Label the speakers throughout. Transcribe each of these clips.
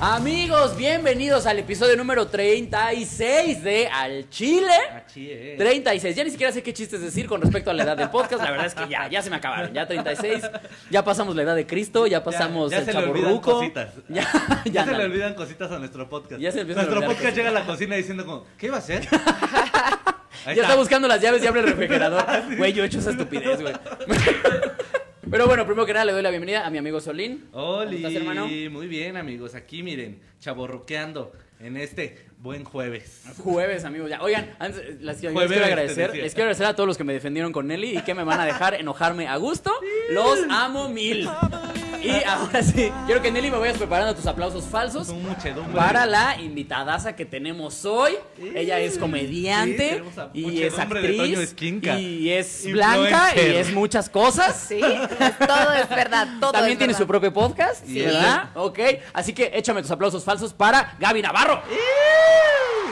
Speaker 1: Amigos, bienvenidos al episodio número 36 de Al Chile.
Speaker 2: Achí, eh.
Speaker 1: 36. Ya ni siquiera sé qué chistes decir con respecto a la edad del podcast. La verdad es que ya, ya se me acabaron. Ya 36. Ya pasamos la edad de Cristo. Ya pasamos
Speaker 2: ya
Speaker 1: el
Speaker 2: se le olvidan
Speaker 1: chaburruco.
Speaker 2: cositas.
Speaker 1: Ya, ya,
Speaker 2: Ya, se
Speaker 1: no.
Speaker 2: le olvidan cositas a nuestro podcast.
Speaker 1: Ya se le empiezan a
Speaker 2: nuestro
Speaker 1: olvidar
Speaker 2: podcast
Speaker 1: cosas.
Speaker 2: llega a la cocina diciendo como, ¿qué iba a hacer?
Speaker 1: Ya
Speaker 2: Ahí Ah,
Speaker 1: está buscando las llaves y abre el refrigerador. Güey, yo he hecho esa estupidez, güey. Pero bueno, primero que nada le doy la bienvenida a mi amigo Solín. ¿Cómo
Speaker 2: Oli,
Speaker 1: estás, hermano?
Speaker 2: muy bien amigos, aquí miren, chaborroqueando en este buen jueves.
Speaker 1: Jueves, amigos. Ya. Oigan, antes, las, yo les
Speaker 2: Jueves,
Speaker 1: quiero
Speaker 2: te
Speaker 1: agradecer.
Speaker 2: decía.
Speaker 1: Les quiero agradecer a todos los que me defendieron con Nelly y que me van a dejar enojarme a gusto. Los amo mil. Y ahora sí, quiero que Nelly me vayas preparando tus aplausos falsos.
Speaker 2: Un muchedumbre.
Speaker 1: Para la invitadaza que tenemos hoy,
Speaker 2: Sí.
Speaker 1: ella es
Speaker 2: Sí,
Speaker 1: comediante
Speaker 2: tenemos a
Speaker 1: y es
Speaker 2: muchedumbre de Toño
Speaker 1: actriz
Speaker 2: Esquinca.
Speaker 1: y es
Speaker 2: Influencer.
Speaker 1: blanca y es muchas cosas.
Speaker 3: Sí, pues todo es verdad, todo
Speaker 1: También
Speaker 3: es
Speaker 1: tiene
Speaker 3: verdad.
Speaker 1: su propio podcast,
Speaker 2: Sí.
Speaker 1: ¿verdad? Ok, así que échame tus aplausos falsos para Gaby Navarro.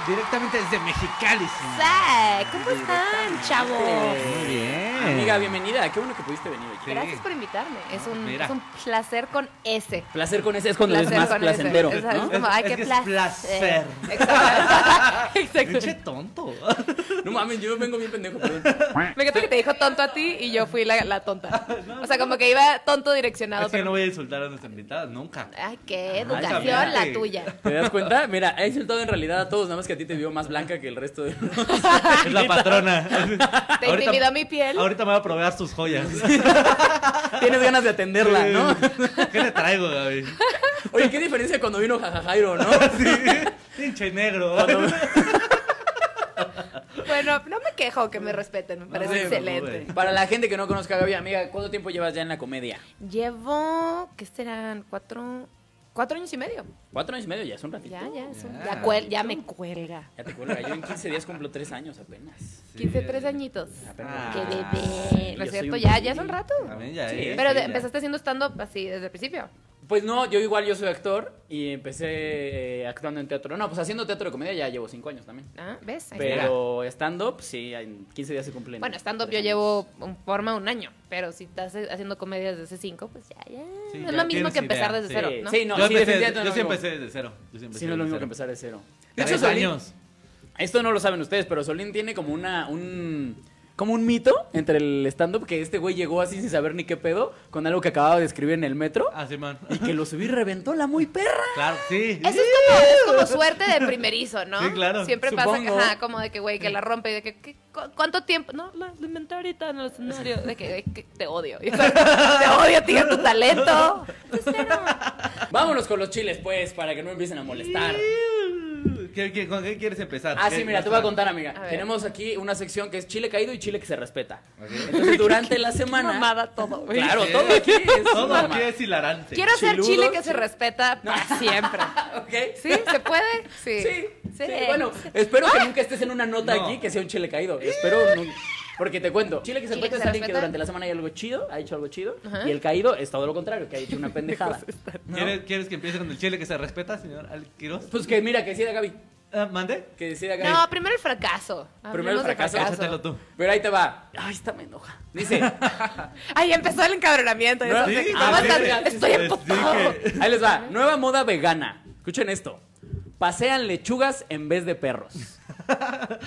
Speaker 2: Directamente desde Mexicali. señor.
Speaker 3: Zay, ¿Cómo están, chavos?
Speaker 2: Muy bien.
Speaker 1: Amiga, bienvenida. Qué bueno que pudiste venir. oye.
Speaker 2: Sí.
Speaker 3: Gracias por invitarme. Es un,
Speaker 2: Mira.
Speaker 3: es un placer con S.
Speaker 1: Placer con ese es cuando
Speaker 3: Placer
Speaker 1: es más
Speaker 3: con S.
Speaker 1: placentero,
Speaker 3: Es-
Speaker 1: ¿no?
Speaker 3: es como,
Speaker 2: Es-
Speaker 3: ay,
Speaker 2: es
Speaker 3: qué
Speaker 2: que es
Speaker 3: placer.
Speaker 2: placer.
Speaker 3: Exacto.
Speaker 2: Pinche
Speaker 3: Exacto.
Speaker 2: tonto.
Speaker 1: No mames, yo vengo bien pendejo, perdón.
Speaker 3: Me encanta que te dijo tonto a ti y yo fui la, la tonta. O sea, como que iba tonto direccionado.
Speaker 2: es que
Speaker 3: pero...
Speaker 2: no Ah, voy a insultar a nuestra invitada, nunca.
Speaker 3: Ay, qué educación
Speaker 2: también.
Speaker 3: la tuya.
Speaker 1: ¿Te das cuenta? Mira, he insultado en realidad a todos, nada más que a ti te vio más blanca que el resto de...
Speaker 2: Es la patrona.
Speaker 3: Te intimidó mi piel.
Speaker 2: Ahorita me va a probar sus joyas.
Speaker 1: Tienes ganas de atenderla, ¿no?
Speaker 2: ¿Qué le traigo, Gaby?
Speaker 1: Oye, qué diferencia cuando vino Jajajairo, ¿no?
Speaker 2: Sí, pinche negro.
Speaker 3: Bueno, no me quejo que me respeten, me parece
Speaker 1: Sí,
Speaker 3: excelente.
Speaker 1: Para la gente que no conozca a Gaby, amiga, ¿cuánto tiempo llevas ya en la comedia?
Speaker 3: Llevo, ¿qué serán? Cuatro, cuatro años y medio.
Speaker 1: Cuatro años y medio, ya es un ratito.
Speaker 3: Ya, ya, es un-
Speaker 2: Ya.
Speaker 3: ya, cuel- ya me cuelga.
Speaker 1: Ya te cuelga, yo en 15 días cumplo tres años apenas.
Speaker 3: 15, 13 añitos.
Speaker 2: Ah,
Speaker 3: Qué
Speaker 1: yo
Speaker 3: bebé. No
Speaker 1: soy
Speaker 3: es cierto,
Speaker 1: un
Speaker 3: ya,
Speaker 1: baby.
Speaker 3: ya es un rato.
Speaker 2: También ya,
Speaker 1: Sí.
Speaker 2: ¿eh?
Speaker 3: Pero
Speaker 2: Sí,
Speaker 3: de-
Speaker 2: ya.
Speaker 3: empezaste haciendo stand-up así desde el principio.
Speaker 1: Pues no, yo igual, yo soy actor y empecé eh, actuando en teatro. No, pues haciendo teatro de comedia ya llevo cinco años también.
Speaker 3: Ah, ¿Ves? Ahí está.
Speaker 1: Pero stand-up, sí, en 15 días se cumplen.
Speaker 3: Bueno, stand-up
Speaker 1: tres
Speaker 3: yo
Speaker 1: años.
Speaker 3: llevo en forma un año. Pero si estás eh, haciendo comedias desde cinco, pues ya, ya.
Speaker 2: Sí, ya
Speaker 3: no es lo mismo
Speaker 2: tienes
Speaker 3: que empezar
Speaker 2: idea,
Speaker 3: desde
Speaker 1: Sí,
Speaker 3: cero, ¿no?
Speaker 1: sí, no,
Speaker 2: yo
Speaker 1: sí,
Speaker 2: empecé,
Speaker 1: definitivamente no
Speaker 2: yo
Speaker 1: es lo
Speaker 2: sí
Speaker 1: mismo.
Speaker 2: empecé desde cero. Yo sí, empecé
Speaker 1: Sí, no es lo mismo que
Speaker 2: desde cero.
Speaker 1: empezar de cero. Pues De hecho,
Speaker 2: Tres
Speaker 1: Solín-
Speaker 2: años.
Speaker 1: Esto no lo saben ustedes, pero Solín tiene como una un como un mito entre el stand-up que este güey llegó así sin saber ni qué pedo con algo que acababa de escribir en el metro
Speaker 2: Ah, sí, man.
Speaker 1: y que lo subí y reventó la muy perra.
Speaker 2: Claro, sí.
Speaker 3: Eso es como, es como suerte de primerizo, ¿no?
Speaker 2: Sí, claro.
Speaker 3: Siempre pasa que,
Speaker 1: Supongo.
Speaker 3: ajá, como de que, güey, que la rompe y de que, que, cu- ¿cuánto tiempo? No, la la inventé ahorita en el escenario. De que, güey, que te odio. Y, o sea, te odio, tío, tu talento. Pues, pero-
Speaker 1: Vámonos con los chiles pues para que no me empiecen a molestar.
Speaker 2: ¿Qué, qué, con qué quieres empezar?
Speaker 1: Ah, sí,
Speaker 2: ¿Qué-
Speaker 1: mira,
Speaker 2: qué
Speaker 1: te voy a
Speaker 2: está?
Speaker 1: contar, amiga.
Speaker 3: A ver.
Speaker 1: Tenemos aquí una sección que es chile caído y chile que se respeta. Entonces, durante la semana
Speaker 3: mamada todo, güey.
Speaker 1: Claro,
Speaker 2: Sí.
Speaker 1: todo aquí es
Speaker 2: Todo
Speaker 1: una
Speaker 2: aquí es hilarante.
Speaker 3: Quiero hacer
Speaker 1: Este, Chiludo,
Speaker 3: chile que se
Speaker 1: chil-
Speaker 3: respeta para siempre.
Speaker 1: mamada. Ok.
Speaker 3: ¿Sí? ¿Se puede? Sí. ¡Ah!
Speaker 1: Sí, sí. Bueno, espero que nunca estés en una nota
Speaker 2: No.
Speaker 1: aquí que sea un chile caído. Espero nunca. Porque te cuento, Chile que se
Speaker 3: Chile
Speaker 1: respeta
Speaker 3: que
Speaker 1: es
Speaker 3: se
Speaker 1: alguien que
Speaker 3: respeta.
Speaker 1: durante la semana hay algo chido, ha hecho algo chido,
Speaker 3: Ajá.
Speaker 1: y el caído es todo lo contrario, que ha hecho una pendejada. ¿no?
Speaker 2: ¿Quieres, ¿Quieres que empiece con el chile que se respeta, señor Al- Quiroz?
Speaker 1: Pues que mira, que decida Gaby,
Speaker 2: Ah, ¿Mande?
Speaker 1: que decida Gaby.
Speaker 3: No, primero el fracaso.
Speaker 1: Primero el
Speaker 3: Hablemos de
Speaker 1: fracaso.
Speaker 2: Échatelo tú.
Speaker 1: Pero ahí te va. Ay, está me enoja. Dice,
Speaker 3: Ahí empezó el encabronamiento. ya
Speaker 1: No,
Speaker 3: sabes,
Speaker 1: sí,
Speaker 3: vamos
Speaker 1: sí,
Speaker 3: a-
Speaker 1: sí,
Speaker 3: Estoy
Speaker 2: sí,
Speaker 3: empotado.
Speaker 2: sí,
Speaker 1: ahí les va, nueva moda vegana. Escuchen esto. Pasean lechugas en vez de perros.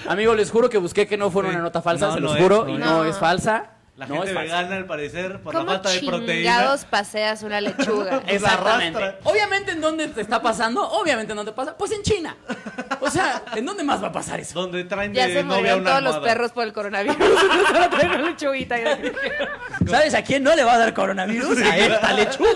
Speaker 1: Amigos, les juro que busqué que no fuera
Speaker 2: Sí.
Speaker 1: una nota falsa,
Speaker 2: No,
Speaker 1: se
Speaker 2: no
Speaker 1: los
Speaker 2: es,
Speaker 1: juro,
Speaker 2: no
Speaker 1: y
Speaker 2: es.
Speaker 1: no
Speaker 3: No.
Speaker 1: es falsa.
Speaker 2: La
Speaker 1: no
Speaker 2: gente
Speaker 1: es falsa.
Speaker 2: vegana, al parecer, por la
Speaker 3: ¿Cómo
Speaker 2: falta de proteína.
Speaker 3: chingados paseas una lechuga?
Speaker 2: Pues la
Speaker 1: Exactamente.
Speaker 2: arrastra.
Speaker 1: Obviamente, ¿en dónde te está pasando? Obviamente, ¿en dónde pasa? Pues en China. O sea, ¿en dónde más va a pasar eso?
Speaker 2: Donde traen
Speaker 3: Ya
Speaker 2: de
Speaker 3: se
Speaker 2: novia
Speaker 3: murieron
Speaker 2: una
Speaker 3: todos los
Speaker 2: almohada.
Speaker 3: perros por el coronavirus. Entonces ahora traen una lechuguita. y de-
Speaker 1: ¿Sabes a quién no le va a dar coronavirus? A esta lechuga.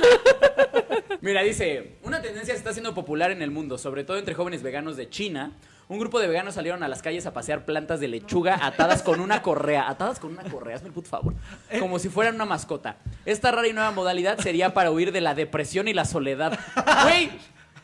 Speaker 1: Mira, dice, una tendencia se está haciendo popular en el mundo, sobre todo entre jóvenes veganos de China. Un grupo de veganos salieron a las calles a pasear plantas de lechuga atadas con una correa. Atadas con una correa, hazme el puto favor. Como si fueran una mascota. Esta rara y nueva modalidad sería para huir de la depresión y la soledad. Güey,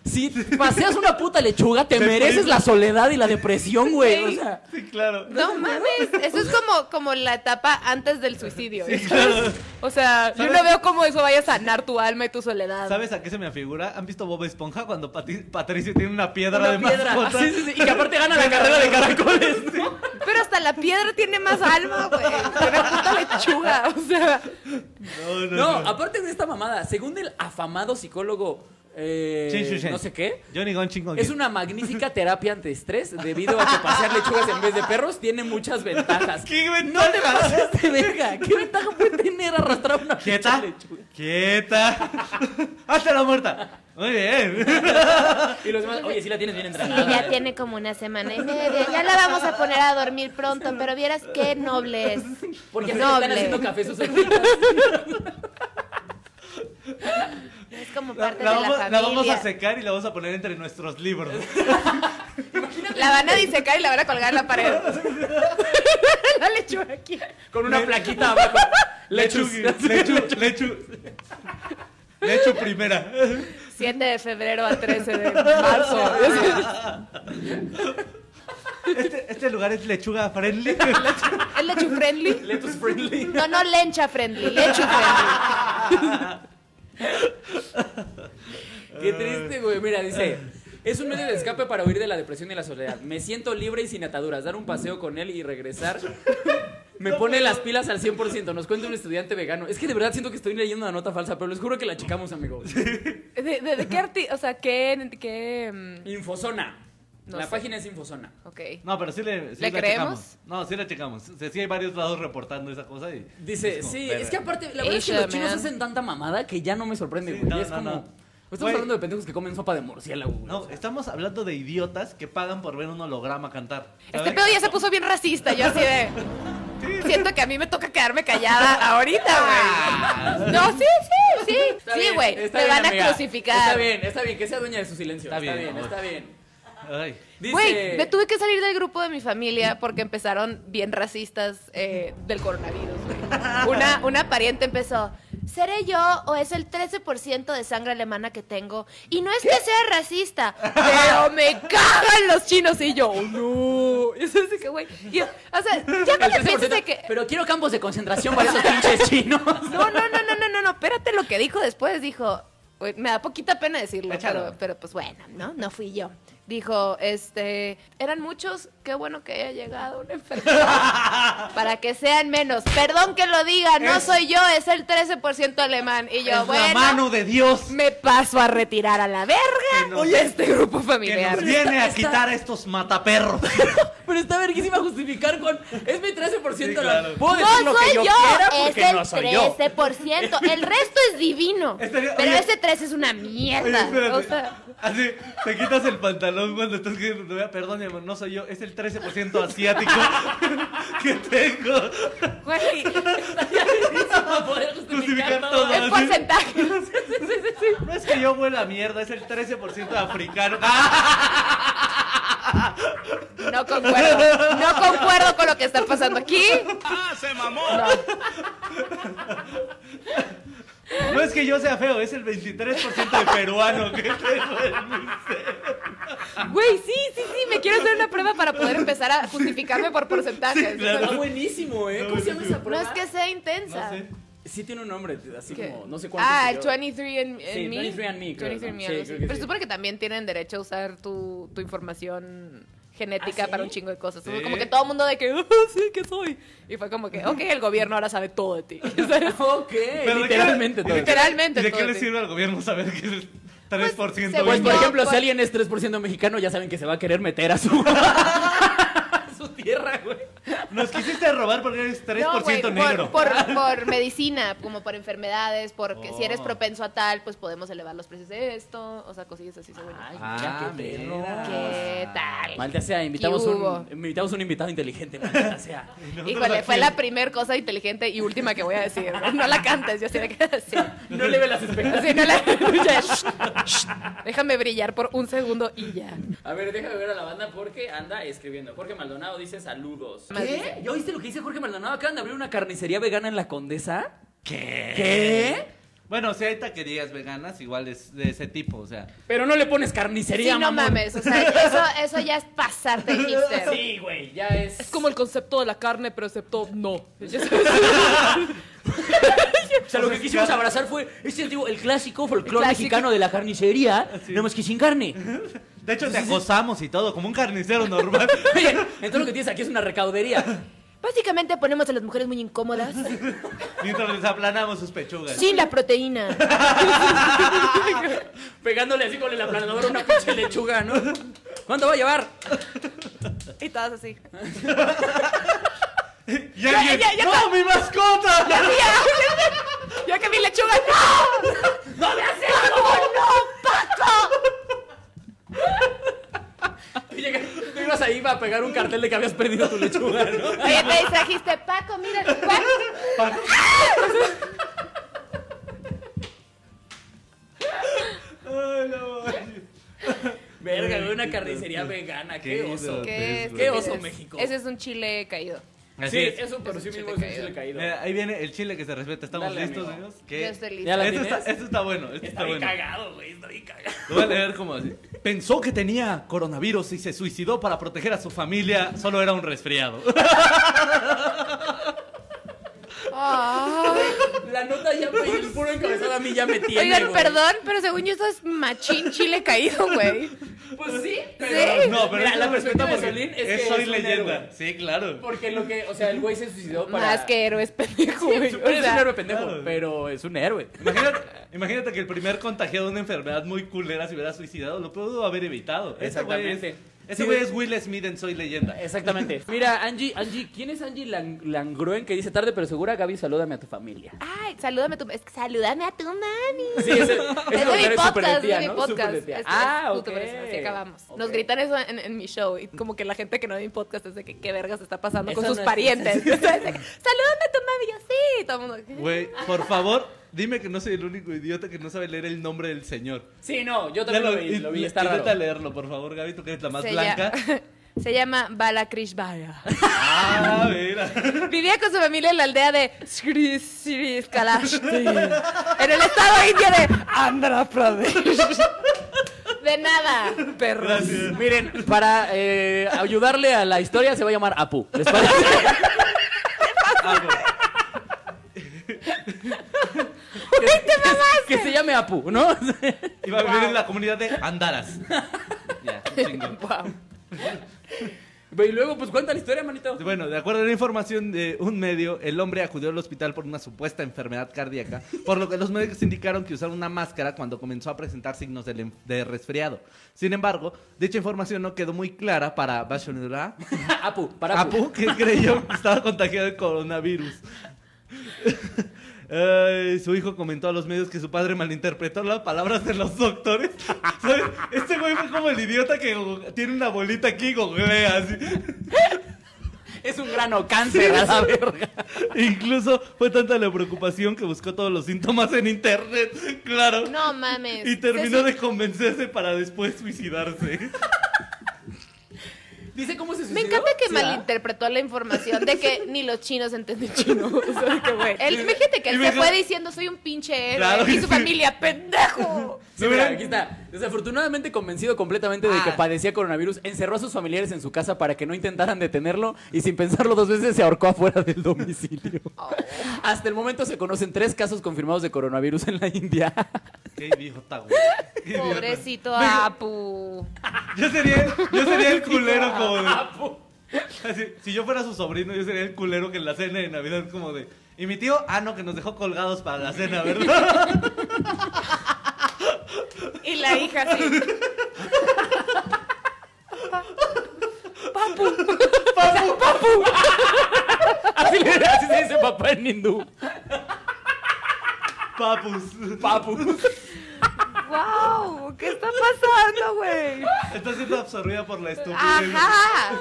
Speaker 1: si paseas una puta lechuga, te
Speaker 2: Te
Speaker 1: mereces
Speaker 2: priva.
Speaker 1: la soledad y la depresión, güey. O
Speaker 3: Sí.
Speaker 1: sea,
Speaker 2: Sí, claro.
Speaker 3: No mames, eso es como, como la etapa antes del suicidio. ¿sabes?
Speaker 2: claro.
Speaker 3: O sea, yo
Speaker 2: ¿Sabes?
Speaker 3: no veo cómo eso vaya a sanar tu alma y tu soledad.
Speaker 2: ¿Sabes a qué se me afigura? ¿Han visto Bob Esponja cuando Pati- Patricio tiene una piedra
Speaker 1: Una
Speaker 2: de
Speaker 1: piedra. Ah,
Speaker 2: mascota?
Speaker 1: Sí, sí, sí. Y que aparte gana la carrera de caracoles. ¿no?
Speaker 3: Pero hasta la piedra tiene más alma, güey. que Una puta lechuga. O sea,
Speaker 2: No, no,
Speaker 1: No,
Speaker 2: no.
Speaker 1: aparte de esta mamada, según el afamado psicólogo eh,
Speaker 2: Shin Shu Shen.
Speaker 1: no sé qué.
Speaker 2: Johnny Gon Chingon.
Speaker 1: Es una magnífica terapia antiestrés debido a que pasear lechugas en vez de perros tiene muchas ventajas.
Speaker 2: ¿Qué
Speaker 1: No te
Speaker 2: ventaja?
Speaker 1: pases de verga. ¿Qué ventaja puede tener arrastrar una
Speaker 2: quieta.
Speaker 1: pinche lechuga?
Speaker 2: Quieta. Hasta la muerta. Muy bien.
Speaker 1: Y los demás, oye, sí la tienes bien
Speaker 4: Sí,
Speaker 1: entrenada.
Speaker 4: ya
Speaker 1: ¿eh?
Speaker 4: tiene como una semana y media. Ya la vamos a poner a dormir pronto, pero vieras qué noble es.
Speaker 1: Porque se le están
Speaker 4: noble.
Speaker 1: haciendo café sus ojitas.
Speaker 4: Es como
Speaker 2: La,
Speaker 4: parte
Speaker 2: la
Speaker 4: de la
Speaker 2: vamos,
Speaker 4: familia.
Speaker 2: la vamos a secar y la vamos a poner entre nuestros libros.
Speaker 3: La van a disecar y la van a colgar en la pared. la lechuga aquí.
Speaker 1: Con una plaquita abajo. Lechus.
Speaker 2: Lechu, lechu, lechu. Lechu primera.
Speaker 3: 7 de febrero a 13 de marzo.
Speaker 2: Este, este lugar es lechuga friendly.
Speaker 3: ¿Es lechu friendly?
Speaker 1: Letus friendly.
Speaker 4: No, no lencha friendly, lechu friendly.
Speaker 1: Qué triste, güey. Mira, dice. Es un medio de escape para huir de la depresión y la soledad. Me siento libre y sin ataduras. Dar un paseo con él y regresar me pone las pilas al 100%. Nos cuenta un estudiante vegano. Es que de verdad siento que estoy leyendo una nota falsa, pero les juro que la checamos, amigos.
Speaker 3: ¿De, de, de qué arti... O sea, qué... qué mm,
Speaker 1: Infosona.
Speaker 3: No
Speaker 1: la
Speaker 3: sé.
Speaker 1: página es Infosona.
Speaker 3: ok.
Speaker 2: No, pero sí le, sí
Speaker 3: ¿Le
Speaker 2: la
Speaker 3: creemos?
Speaker 2: checamos. No, sí la checamos. O sea, sí hay varios lados reportando esa cosa y...
Speaker 1: Dice,
Speaker 2: como,
Speaker 1: sí,
Speaker 2: verga.
Speaker 1: es que aparte, la verdad es que
Speaker 3: Asia,
Speaker 1: los chinos
Speaker 3: man.
Speaker 1: hacen tanta mamada que ya no me sorprende,
Speaker 2: Sí,
Speaker 1: güey.
Speaker 2: no,
Speaker 1: Ya es
Speaker 2: no,
Speaker 1: como.
Speaker 2: no.
Speaker 1: Estamos
Speaker 2: Güey.
Speaker 1: hablando de pendejos que comen sopa de murciélago, güey.
Speaker 2: No, estamos hablando de idiotas que pagan por ver un holograma cantar.
Speaker 3: Este pedo ya se puso bien racista, yo así de... Siento que a mí me toca quedarme callada ahorita, güey. No, sí, sí, sí.
Speaker 1: Ah, Está
Speaker 3: sí,
Speaker 1: bien,
Speaker 3: güey. Me
Speaker 1: está bien,
Speaker 3: van a
Speaker 1: amiga.
Speaker 3: crucificar.
Speaker 1: Está bien, está bien, que sea dueña de su silencio.
Speaker 2: Está
Speaker 1: Está,
Speaker 2: bien,
Speaker 1: bien,
Speaker 2: amor.
Speaker 1: está bien.
Speaker 2: Ay.
Speaker 1: Dice,
Speaker 3: Güey, me tuve que salir del grupo de mi familia porque empezaron bien racistas eh, del coronavirus. güey. Una, una pariente empezó,
Speaker 4: ¿Seré yo o es el 13% de sangre alemana que tengo? Y no es que sea racista,
Speaker 3: pero me cagan los chinos y yo, "Oh, no. Y eso es de que, güey, y- o sea, ya cuando
Speaker 1: el 13%
Speaker 3: piensas de que...
Speaker 1: Pero quiero campos de concentración para esos pinches chinos.
Speaker 3: No, no, no, no, no, no, no, espérate lo que dijo después, dijo, güey, me da poquita pena decirlo,
Speaker 2: Échalo.
Speaker 3: pero, pero pues bueno, ¿no?
Speaker 4: ¿no? No fui yo.
Speaker 3: Dijo, este, eran muchos, qué bueno que haya llegado una enfermedad. Para que sean menos.
Speaker 4: Perdón que lo diga, no
Speaker 2: Es-
Speaker 4: soy yo, es el 13% alemán. Y yo,
Speaker 2: es la
Speaker 4: bueno,
Speaker 2: mano de Dios
Speaker 3: Me paso a retirar a la verga
Speaker 2: Que nos-
Speaker 3: de este grupo
Speaker 2: que nos
Speaker 3: familiar.
Speaker 2: viene a quitar a estos mataperros.
Speaker 1: pero está verguísima justificar con. Es mi 13%.
Speaker 2: Sí,
Speaker 1: la-
Speaker 2: claro.
Speaker 1: Puedo
Speaker 4: no
Speaker 1: decir lo que
Speaker 4: soy
Speaker 1: yo,
Speaker 4: yo,
Speaker 1: quiera
Speaker 4: es
Speaker 1: porque
Speaker 4: el
Speaker 1: no soy yo. Este,
Speaker 4: 13%. El resto es divino,
Speaker 2: Estaría-
Speaker 4: pero
Speaker 2: oye.
Speaker 4: ese 3 es una
Speaker 2: Oye,
Speaker 4: mierda.
Speaker 2: espérate.
Speaker 4: O sea,
Speaker 2: Así, te quitas el pantalón cuando estás escribiendo. "Vea, Perdón, mi amor, no soy yo. Es el 13% asiático que tengo.
Speaker 3: Güey,
Speaker 1: Para poder justificar
Speaker 2: Justificar
Speaker 1: todo.
Speaker 2: todo.
Speaker 3: el porcentaje.
Speaker 2: No es que yo huela a mierda, es el 13% africano. ¡Ah!
Speaker 3: No concuerdo. No concuerdo con lo que está pasando aquí.
Speaker 2: No es que yo sea feo, es el 23% de peruano que tengo.
Speaker 3: Güey, sí, sí, sí. Me quiero hacer una prueba para poder empezar a justificarme por porcentajes.
Speaker 2: Sí, claro.
Speaker 1: Está buenísimo, ¿eh?
Speaker 2: Está
Speaker 1: ¿Cómo se llama esa
Speaker 2: buenísimo.
Speaker 4: no
Speaker 1: prueba?
Speaker 4: es que sea
Speaker 2: No
Speaker 4: intensa.
Speaker 3: Eh,
Speaker 2: sé.
Speaker 1: Sí tiene un nombre, así
Speaker 3: ¿Qué?
Speaker 1: como. No sé cuánto.
Speaker 3: Ah,
Speaker 1: es
Speaker 3: el
Speaker 1: yo.
Speaker 3: 23 and, and
Speaker 1: Sí,
Speaker 3: me.
Speaker 1: 23andMe, creo,
Speaker 3: 23andMe,
Speaker 1: ¿no? Sí,
Speaker 3: algo
Speaker 1: creo
Speaker 3: así.
Speaker 1: que
Speaker 3: Pero
Speaker 1: sí.
Speaker 3: supone que también tienen derecho a usar tu, tu información genética
Speaker 1: ¿Ah, sí?
Speaker 3: para un chingo de cosas.
Speaker 2: Sí.
Speaker 3: Como que todo el mundo de que, "Ah, sí, que soy. Y fue como que, ok, el gobierno ahora sabe todo de ti. ¿Sabes?
Speaker 1: Ah, Ok,
Speaker 2: Pero ¿de qué-
Speaker 1: literalmente
Speaker 2: y
Speaker 1: todo.
Speaker 2: de qué-
Speaker 3: Literalmente
Speaker 2: ¿Y de qué
Speaker 3: todo,
Speaker 2: le
Speaker 3: sí.
Speaker 2: sirve al gobierno saber que es el 3%?
Speaker 1: Pues,
Speaker 3: según
Speaker 1: por
Speaker 3: No,
Speaker 2: gringo?
Speaker 1: ejemplo, si
Speaker 3: pues-
Speaker 1: alguien es 3% mexicano, ya saben que se va a querer meter a su, a su tierra, güey.
Speaker 2: Nos quisiste robar porque eres 3%
Speaker 3: No, güey, por-
Speaker 2: negro.
Speaker 3: Por, por medicina, como por enfermedades, porque si eres
Speaker 2: Oh.
Speaker 3: propenso a tal, pues podemos elevar los precios de esto, o sea, cosillas así, según yo.
Speaker 1: Ay,
Speaker 2: Ah,
Speaker 1: ya, qué
Speaker 2: mira.
Speaker 1: perro.
Speaker 3: ¿Qué tal?
Speaker 1: Maldita sea, invitamos
Speaker 3: ¿Qué hubo?
Speaker 1: un, invitamos un invitado inteligente, maldita sea.
Speaker 2: Nosotros
Speaker 3: Híjole,
Speaker 2: aquí-
Speaker 3: fue la primer cosa inteligente y última que voy a decir. No la cantes, yo sí la quiero decir.
Speaker 1: No le ve las expectativas.
Speaker 3: Así no la- ya, shh, shh. Déjame brillar por un segundo y ya.
Speaker 1: A ver, déjame ver a la banda porque anda escribiendo. Jorge Maldonado dice saludos.
Speaker 3: Más dice.
Speaker 1: ¿Qué? ¿Ya oíste lo que dice Jorge Maldonado? Acaban de abrir una carnicería vegana en la Condesa.
Speaker 2: ¿Qué?
Speaker 1: ¿Qué?
Speaker 2: Bueno, si hay taquerías veganas, igual es de ese tipo, o sea.
Speaker 1: Pero no le pones
Speaker 3: Sí,
Speaker 1: carnicería,
Speaker 3: no
Speaker 1: mamón.
Speaker 3: mames, o sea, eso, eso ya es pasarte, hipster.
Speaker 1: Sí, güey, ya es.
Speaker 3: Es como el concepto de la carne, pero excepto no.
Speaker 1: O sea, lo que quisimos abrazar fue este digo, el clásico folclore
Speaker 3: Clásico.
Speaker 1: mexicano de la carnicería, nada más que sin carne.
Speaker 2: De hecho, te acosamos y todo, como un carnicero normal.
Speaker 1: Oye, entonces lo que tienes aquí es una recaudería.
Speaker 3: Básicamente ponemos a las mujeres muy incómodas
Speaker 2: Mientras les aplanamos sus pechugas.
Speaker 3: sin la proteína.
Speaker 1: Pegándole así con el aplanador a una pinche lechuga, ¿no? ¿Cuánto va a llevar?
Speaker 5: Y todas así.
Speaker 2: Y
Speaker 5: Ya,
Speaker 2: alguien,
Speaker 5: ya, ya
Speaker 2: ¡No, mi mascota!
Speaker 5: Yo que mi lechuga, ¡no!
Speaker 1: ¡No le haces! ¡No, Paco! Y llega- Tú ibas ahí para pegar un cartel de que habías perdido tu lechuga, ¿no?
Speaker 3: Oye, te distrajiste, Paco, mira, Paco.
Speaker 2: Ay, no, ay.
Speaker 1: Verga, güey, una
Speaker 2: Qué
Speaker 1: carnicería
Speaker 2: idiota.
Speaker 1: vegana. ¡Qué oso!
Speaker 2: idiota.
Speaker 5: ¿Qué,
Speaker 1: Qué
Speaker 5: estupidez.
Speaker 1: oso, México.
Speaker 5: Ese es un chile caído.
Speaker 2: Así
Speaker 1: Sí,
Speaker 2: es.
Speaker 1: eso por sí mismo es un chile caído.
Speaker 2: Mira, ahí viene el chile que se respeta. ¿Estamos
Speaker 1: Dale,
Speaker 2: listos,
Speaker 1: amigo.
Speaker 2: amigos?
Speaker 5: Yo estoy lista.
Speaker 1: Ya la
Speaker 2: Esto está,
Speaker 1: tienes.
Speaker 2: esto está bueno, esto está,
Speaker 1: Está bien
Speaker 2: bueno.
Speaker 1: cagado, güey. Está bien cagado.
Speaker 2: Lo voy a leer como así. Pensó que tenía coronavirus y se suicidó para proteger a su familia. Solo era un resfriado.
Speaker 5: Ay.
Speaker 1: La nota ya, güey, el puro encabezado a mí ya me tiene,
Speaker 5: Oigan,
Speaker 1: güey.
Speaker 5: perdón, pero según yo, eso es machín chile caído, güey.
Speaker 1: Pues sí, pero...
Speaker 2: No, pero
Speaker 1: Mira,
Speaker 2: eso
Speaker 1: la
Speaker 2: lo
Speaker 1: perspectiva de
Speaker 2: respeto
Speaker 1: Solín
Speaker 2: porque
Speaker 1: es que
Speaker 2: soy
Speaker 1: es un
Speaker 2: leyenda.
Speaker 1: héroe.
Speaker 2: Sí, claro.
Speaker 1: Porque lo que... O sea, el güey se suicidó para...
Speaker 5: Más que héroes, pendejo, güey.
Speaker 1: Sí,
Speaker 5: O
Speaker 1: pero es un
Speaker 5: sea,
Speaker 1: héroe pendejo,
Speaker 2: claro.
Speaker 1: pero es un héroe.
Speaker 2: Imagínate, imagínate que el primer contagiado de una enfermedad muy culera se hubiera suicidado. Lo pudo haber evitado. Ese güey es-
Speaker 1: Exactamente.
Speaker 2: Ese
Speaker 1: Sí.
Speaker 2: güey es Will Smith en Soy Leyenda.
Speaker 1: Exactamente. Mira, Angie, Angie, ¿quién es Angie Lang- Langruen que dice tarde pero segura, Gaby, salúdame a tu familia?
Speaker 3: Ay, salúdame a tu, es que salúdame a tu mami.
Speaker 1: Sí, ese, ese
Speaker 5: Es de
Speaker 1: comentario
Speaker 5: mi
Speaker 1: es súper
Speaker 5: podcast,
Speaker 1: tía,
Speaker 5: es de mi
Speaker 1: ¿no?
Speaker 5: podcast.
Speaker 1: Súper de tía.
Speaker 5: Es- es
Speaker 1: Ah,
Speaker 5: puto,
Speaker 1: ok.
Speaker 5: pero es Así acabamos. Nos
Speaker 1: Ok.
Speaker 5: gritan eso en, en mi show y como que la gente que no ve mi podcast es de que qué vergas está pasando con
Speaker 1: Eso
Speaker 5: sus
Speaker 1: no es-
Speaker 5: parientes. Entonces, de que, Salúdame a tu mami, yo sí. y Todo el mundo.
Speaker 2: Güey, por favor, dime que no soy el único idiota que no sabe leer el nombre del señor.
Speaker 1: Sí, no, yo
Speaker 2: Ya
Speaker 1: también
Speaker 2: lo
Speaker 1: lo vi,
Speaker 2: y-
Speaker 1: lo vi,
Speaker 2: y-
Speaker 1: está
Speaker 2: intenta
Speaker 1: raro.
Speaker 2: leerlo, por favor, Gaby, tú que eres la más
Speaker 5: Se
Speaker 2: blanca.
Speaker 5: llama- Se llama Balakrish Baya.
Speaker 2: Ah, mira.
Speaker 5: Vivía con su familia en la aldea de Shri Shri Kalashti, en el estado indio de Andhra Pradesh.
Speaker 3: De nada.
Speaker 5: Perros.
Speaker 2: Gracias.
Speaker 1: Miren, para eh, ayudarle a la historia se va a llamar Apu. ¿Les parece?
Speaker 2: Ah, güey.
Speaker 1: que, que se llame Apu, ¿no?
Speaker 2: Iba a vivir en la comunidad de Andaras. Ya, chingo.
Speaker 1: y luego, pues cuenta la historia, manito.
Speaker 2: Bueno, de acuerdo a la información de un medio, el hombre acudió al hospital por una supuesta enfermedad cardíaca, por lo que los médicos indicaron que usara una máscara cuando comenzó a presentar signos del en- de, resfriado. Sin embargo, dicha información no quedó muy clara para Bashonura
Speaker 1: Apu, para Apu.
Speaker 2: Apu, que creyó que estaba contagiado de coronavirus. Ay, su hijo comentó a los medios que su padre malinterpretó las palabras de los doctores. ¿Sabes? Este güey fue como el idiota que tiene una bolita aquí y googlea así.
Speaker 1: Es un grano cáncer, a la verga.
Speaker 2: Incluso fue tanta la preocupación que buscó todos los síntomas en internet, claro.
Speaker 3: No mames.
Speaker 2: Y terminó de convencerse para después suicidarse.
Speaker 1: Dice cómo se suicidó.
Speaker 3: Me encanta que
Speaker 1: Sí, ¿verdad?
Speaker 3: malinterpretó la información de que ni los chinos entienden chino. O sea, que
Speaker 5: güey.
Speaker 3: Él, imagínate que
Speaker 2: Y
Speaker 3: él
Speaker 2: me
Speaker 3: se fue
Speaker 2: dijo-
Speaker 3: diciendo soy un pinche héroe
Speaker 2: Claro
Speaker 3: y
Speaker 2: que
Speaker 3: su
Speaker 2: sí.
Speaker 3: familia pendejo.
Speaker 1: Sí, mira, aquí está. Desafortunadamente convencido completamente de que
Speaker 2: Ah.
Speaker 1: padecía coronavirus, encerró a sus familiares en su casa para que no intentaran detenerlo y sin pensarlo dos veces se ahorcó afuera del domicilio. Hasta el momento se conocen tres casos confirmados de coronavirus en la India.
Speaker 2: Qué idiota, güey. Qué idiota.
Speaker 5: Pobrecito Apu.
Speaker 2: Yo sería, el- yo sería el culero como de. Así, si yo fuera su sobrino, yo sería el culero que en la cena de Navidad como de. Y mi tío, ah, no, que nos dejó colgados para la cena, ¿verdad?
Speaker 5: Y la hija sí.
Speaker 1: Así le así se dice papá en hindú.
Speaker 2: Papus.
Speaker 1: Papu.
Speaker 5: ¡Wow! ¿Qué está pasando, güey?
Speaker 2: Está siendo absorbida por la estupidez.
Speaker 5: ¡Ajá!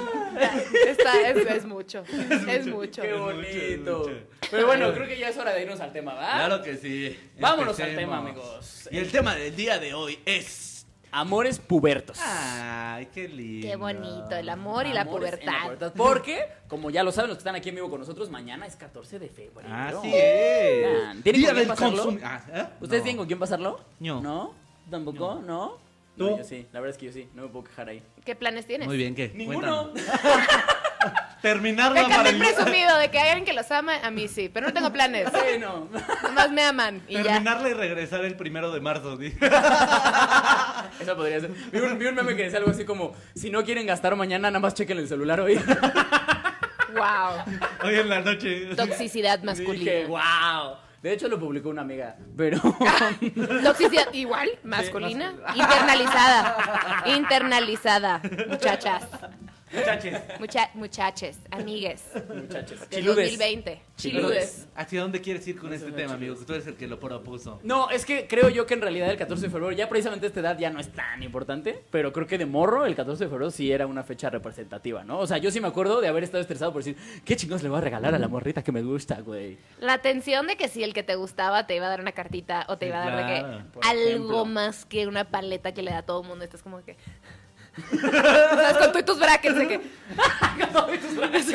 Speaker 5: Está, es, es mucho. Es mucho.
Speaker 1: Qué
Speaker 2: bonito.
Speaker 1: bonito. Pero bueno, creo que ya es hora de irnos al tema, ¿va?
Speaker 2: Claro que sí.
Speaker 1: Vámonos al
Speaker 2: Empecemos.
Speaker 1: tema, amigos.
Speaker 2: Y el tema del día de hoy es.
Speaker 1: Amores pubertos.
Speaker 2: Ay, qué lindo.
Speaker 3: Qué bonito, el amor y la
Speaker 1: Amores en la
Speaker 3: pubertad.
Speaker 1: pubertad. Porque, como ya lo saben los que están aquí en vivo con nosotros, mañana es 14 de febrero.
Speaker 2: Así es.
Speaker 1: Oigan, Ah, ¿tienen
Speaker 2: Día
Speaker 1: con quién
Speaker 2: del
Speaker 1: pasarlo?
Speaker 2: consumi- ah, ¿eh?
Speaker 1: ¿Ustedes
Speaker 2: No.
Speaker 1: tienen con quién pasarlo?
Speaker 2: No.
Speaker 1: ¿No? ¿Tampoco? ¿No?
Speaker 2: ¿Tú?
Speaker 1: No, yo sí. La verdad es que yo sí. No me puedo quejar ahí.
Speaker 3: ¿Qué planes tienes?
Speaker 2: Muy bien, ¿qué?
Speaker 1: Ninguno.
Speaker 2: Cuéntame. Terminarla
Speaker 3: Venga,
Speaker 2: para
Speaker 3: te
Speaker 2: el...
Speaker 3: presumido de que hay alguien que los ama, a mí sí, pero no tengo planes.
Speaker 1: Sí, no.
Speaker 3: Nomás me aman y ya.
Speaker 2: Terminarla y regresar el primero de marzo. di.
Speaker 1: Eso podría ser. Vi un, vi un meme que decía algo así como: si no quieren gastar mañana, nada más chequen el celular hoy.
Speaker 3: Wow.
Speaker 2: Hoy en la noche.
Speaker 3: Toxicidad
Speaker 1: Dije,
Speaker 3: masculina.
Speaker 1: wow. De hecho, lo publicó una amiga, pero...
Speaker 3: Toxicidad igual, masculina. Internalizada. Internalizada, muchachas.
Speaker 2: Muchachos.
Speaker 3: Mucha muchaches, amigues.
Speaker 1: Muchachos.
Speaker 3: De
Speaker 1: Chiludes.
Speaker 3: 2020.
Speaker 1: Chiludes.
Speaker 3: Chiludes.
Speaker 2: ¿Hacia dónde quieres ir con este tema, amigo? Que tú eres el que lo propuso.
Speaker 1: No, es que creo yo que en realidad el 14 de febrero, ya precisamente esta edad ya no es tan importante, pero creo que de morro el 14 de febrero sí era una fecha representativa, ¿no? O sea, yo sí me acuerdo de haber estado estresado por decir, ¿qué chingos le voy a regalar a la morrita que me gusta, güey?
Speaker 3: La tensión de que si el que te gustaba te iba a dar una cartita o te
Speaker 2: Sí,
Speaker 3: iba a dar de
Speaker 2: claro,
Speaker 3: que
Speaker 1: por ejemplo.
Speaker 3: algo más que una paleta que le da a todo el mundo. Estás como que. ¿Sabes? Con tú y tus brackets de que. ¿Sabes?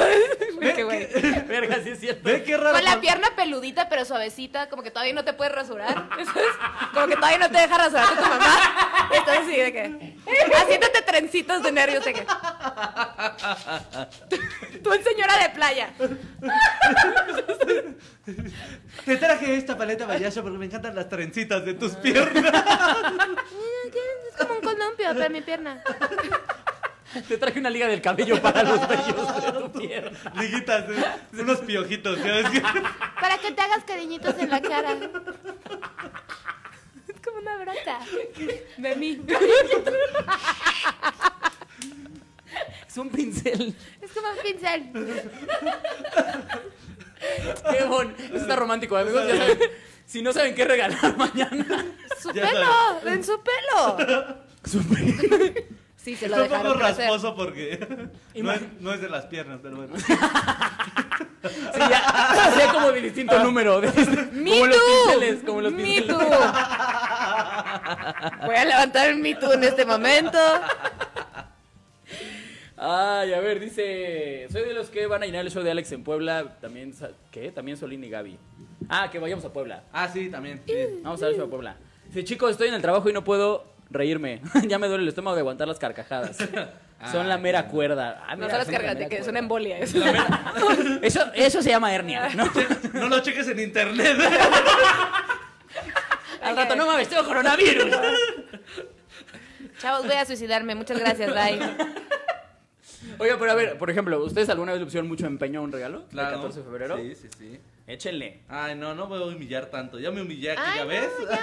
Speaker 3: De que, güey.
Speaker 1: Verga, sí es cierto.
Speaker 2: ¿Ve qué raro?
Speaker 3: Con la pierna peludita pero suavecita, como que todavía no te puedes rasurar. ¿sabes? Como que todavía no te deja rasurarte tu mamá. Entonces sí, de que. Haciéndote trencitos de nervios de que. Tú en señora de playa.
Speaker 2: Te traje esta paleta payaso porque me encantan las trencitas de
Speaker 3: Ah.
Speaker 2: tus piernas.
Speaker 6: Es como un columpio para mi pierna.
Speaker 1: Te traje una liga del cabello para los vellos de tu pierna.
Speaker 2: Liguitas, eh, unos piojitos. ¿sabes qué?
Speaker 6: Para que te hagas cariñitos en la cara. Es como una brota.
Speaker 3: De mí.
Speaker 1: Es un pincel.
Speaker 6: Es como un pincel.
Speaker 1: Qué bon. Eso está romántico, amigos. Ya saben, si no saben qué regalar mañana,
Speaker 3: ¡Su
Speaker 2: Ya
Speaker 3: pelo! ¡En su pelo! Sí, se lo
Speaker 2: Está un poco
Speaker 3: dejaron crecer.
Speaker 2: rasposo porque no es,
Speaker 1: Imag-
Speaker 2: no es de las piernas, pero bueno.
Speaker 1: Sí, ya, sea como de distinto número. de dist-
Speaker 3: Ah. ¡Me
Speaker 1: como los
Speaker 3: too!
Speaker 1: pinceles, como los
Speaker 3: ¡Me
Speaker 1: pinceles.
Speaker 3: too! Voy a levantar el Me Too en este momento.
Speaker 1: Ay, a ver, dice. Soy de los que van a llenar el show de Alex en Puebla. También. sa- ¿Qué? También Solín y Gaby. Ah, que vayamos a Puebla.
Speaker 2: Ah, sí, también. sí.
Speaker 1: Vamos a ver si va a Puebla. Dice, chicos, estoy en el trabajo y no puedo reírme. ya me duele el estómago de aguantar las carcajadas. Son la mera cuerda. Ah,
Speaker 3: No
Speaker 1: mira,
Speaker 3: son las
Speaker 1: la
Speaker 3: cargas de
Speaker 1: mera
Speaker 3: que es
Speaker 1: cuerda.
Speaker 3: una embolia. Es
Speaker 1: Eso, eso se llama hernia, ¿no?
Speaker 2: No lo cheques en internet.
Speaker 1: Al rato, no mames, tengo coronavirus.
Speaker 3: Chavos, voy a suicidarme. Muchas gracias, Dai.
Speaker 1: Oiga, pero a ver, por ejemplo, ¿ustedes alguna vez le pusieron mucho empeño a un regalo?
Speaker 2: Claro.
Speaker 1: ¿El 14 de febrero?
Speaker 2: Sí, sí, sí.
Speaker 1: Échenle.
Speaker 2: Ay, no, no voy a humillar tanto. Ya me humillé aquí,
Speaker 6: Ay,
Speaker 2: ¿ya
Speaker 6: no,
Speaker 2: ves?
Speaker 6: ya,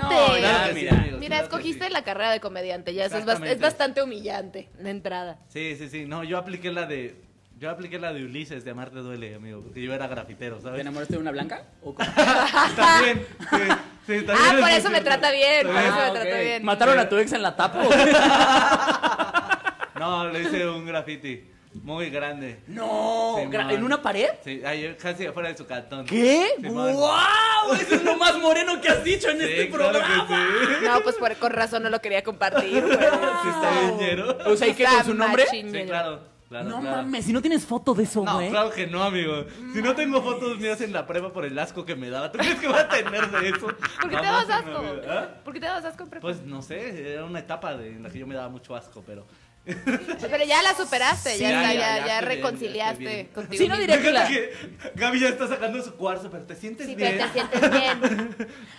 Speaker 1: No, ya.
Speaker 6: humíllate.
Speaker 2: Claro que sí,
Speaker 1: mira.
Speaker 2: amigos,
Speaker 3: Mira,
Speaker 2: claro que
Speaker 3: escogiste
Speaker 2: sí.
Speaker 3: la carrera de comediante. Ya eso es, bas-
Speaker 2: Exactamente.
Speaker 3: es bastante humillante la entrada.
Speaker 2: Sí, sí, sí. No, yo apliqué la de. Yo apliqué la de Ulises, de Amarte Duele, amigo. Porque yo era grafitero,
Speaker 1: ¿Te
Speaker 2: ¿sabes?
Speaker 1: enamoraste de una blanca? ¿O cómo?
Speaker 2: También. Sí, sí, también
Speaker 3: Ah, por
Speaker 2: es-
Speaker 3: eso me trata bien. Por
Speaker 2: Ah,
Speaker 3: eso me
Speaker 1: ok.
Speaker 3: trata bien.
Speaker 1: ¿Mataron a tu ex en la tapa? o qué?
Speaker 2: No, le hice un graffiti muy grande.
Speaker 1: No,
Speaker 2: Simón.
Speaker 1: gra- ¿en una pared?
Speaker 2: Sí, ahí, casi afuera de su cantón.
Speaker 1: ¿Qué?
Speaker 2: Simón.
Speaker 1: ¡Wow! Eso es lo más moreno que has dicho en
Speaker 2: Sí,
Speaker 1: este
Speaker 2: claro que
Speaker 1: programa.
Speaker 2: sí.
Speaker 3: No, pues por, con razón no lo quería compartir. güey.
Speaker 2: Sí, está bien ñero.
Speaker 1: O sea, ¿y qué con
Speaker 3: Está
Speaker 1: su nombre?
Speaker 3: machiñero.
Speaker 2: Sí, claro. claro
Speaker 1: no
Speaker 2: claro.
Speaker 1: mames, si no tienes foto de eso,
Speaker 2: No,
Speaker 1: güey.
Speaker 2: claro que no, amigo. Si no tengo fotos mías en la prepa por el asco que me daba, ¿tú crees que voy a tener de eso?
Speaker 3: ¿Por qué te
Speaker 2: Jamás
Speaker 3: dabas
Speaker 2: en la
Speaker 3: asco?
Speaker 2: vida. ¿Ah?
Speaker 3: ¿Por qué te dabas asco en prepa?
Speaker 2: Pues no sé, era una etapa de- en la que yo me daba mucho asco, pero.
Speaker 3: Pero ya la superaste,
Speaker 2: Sí,
Speaker 3: ya,
Speaker 2: ya,
Speaker 3: está,
Speaker 2: ya, ya
Speaker 3: ya, ya,
Speaker 2: estoy bien,
Speaker 3: reconciliaste
Speaker 2: ya estoy bien.
Speaker 3: contigo.
Speaker 1: Sí, no
Speaker 3: mismo.
Speaker 1: diré que la-
Speaker 2: que Gaby ya está sacando su cuarzo, pero te sientes
Speaker 6: Sí,
Speaker 2: bien.
Speaker 6: pero te sientes bien.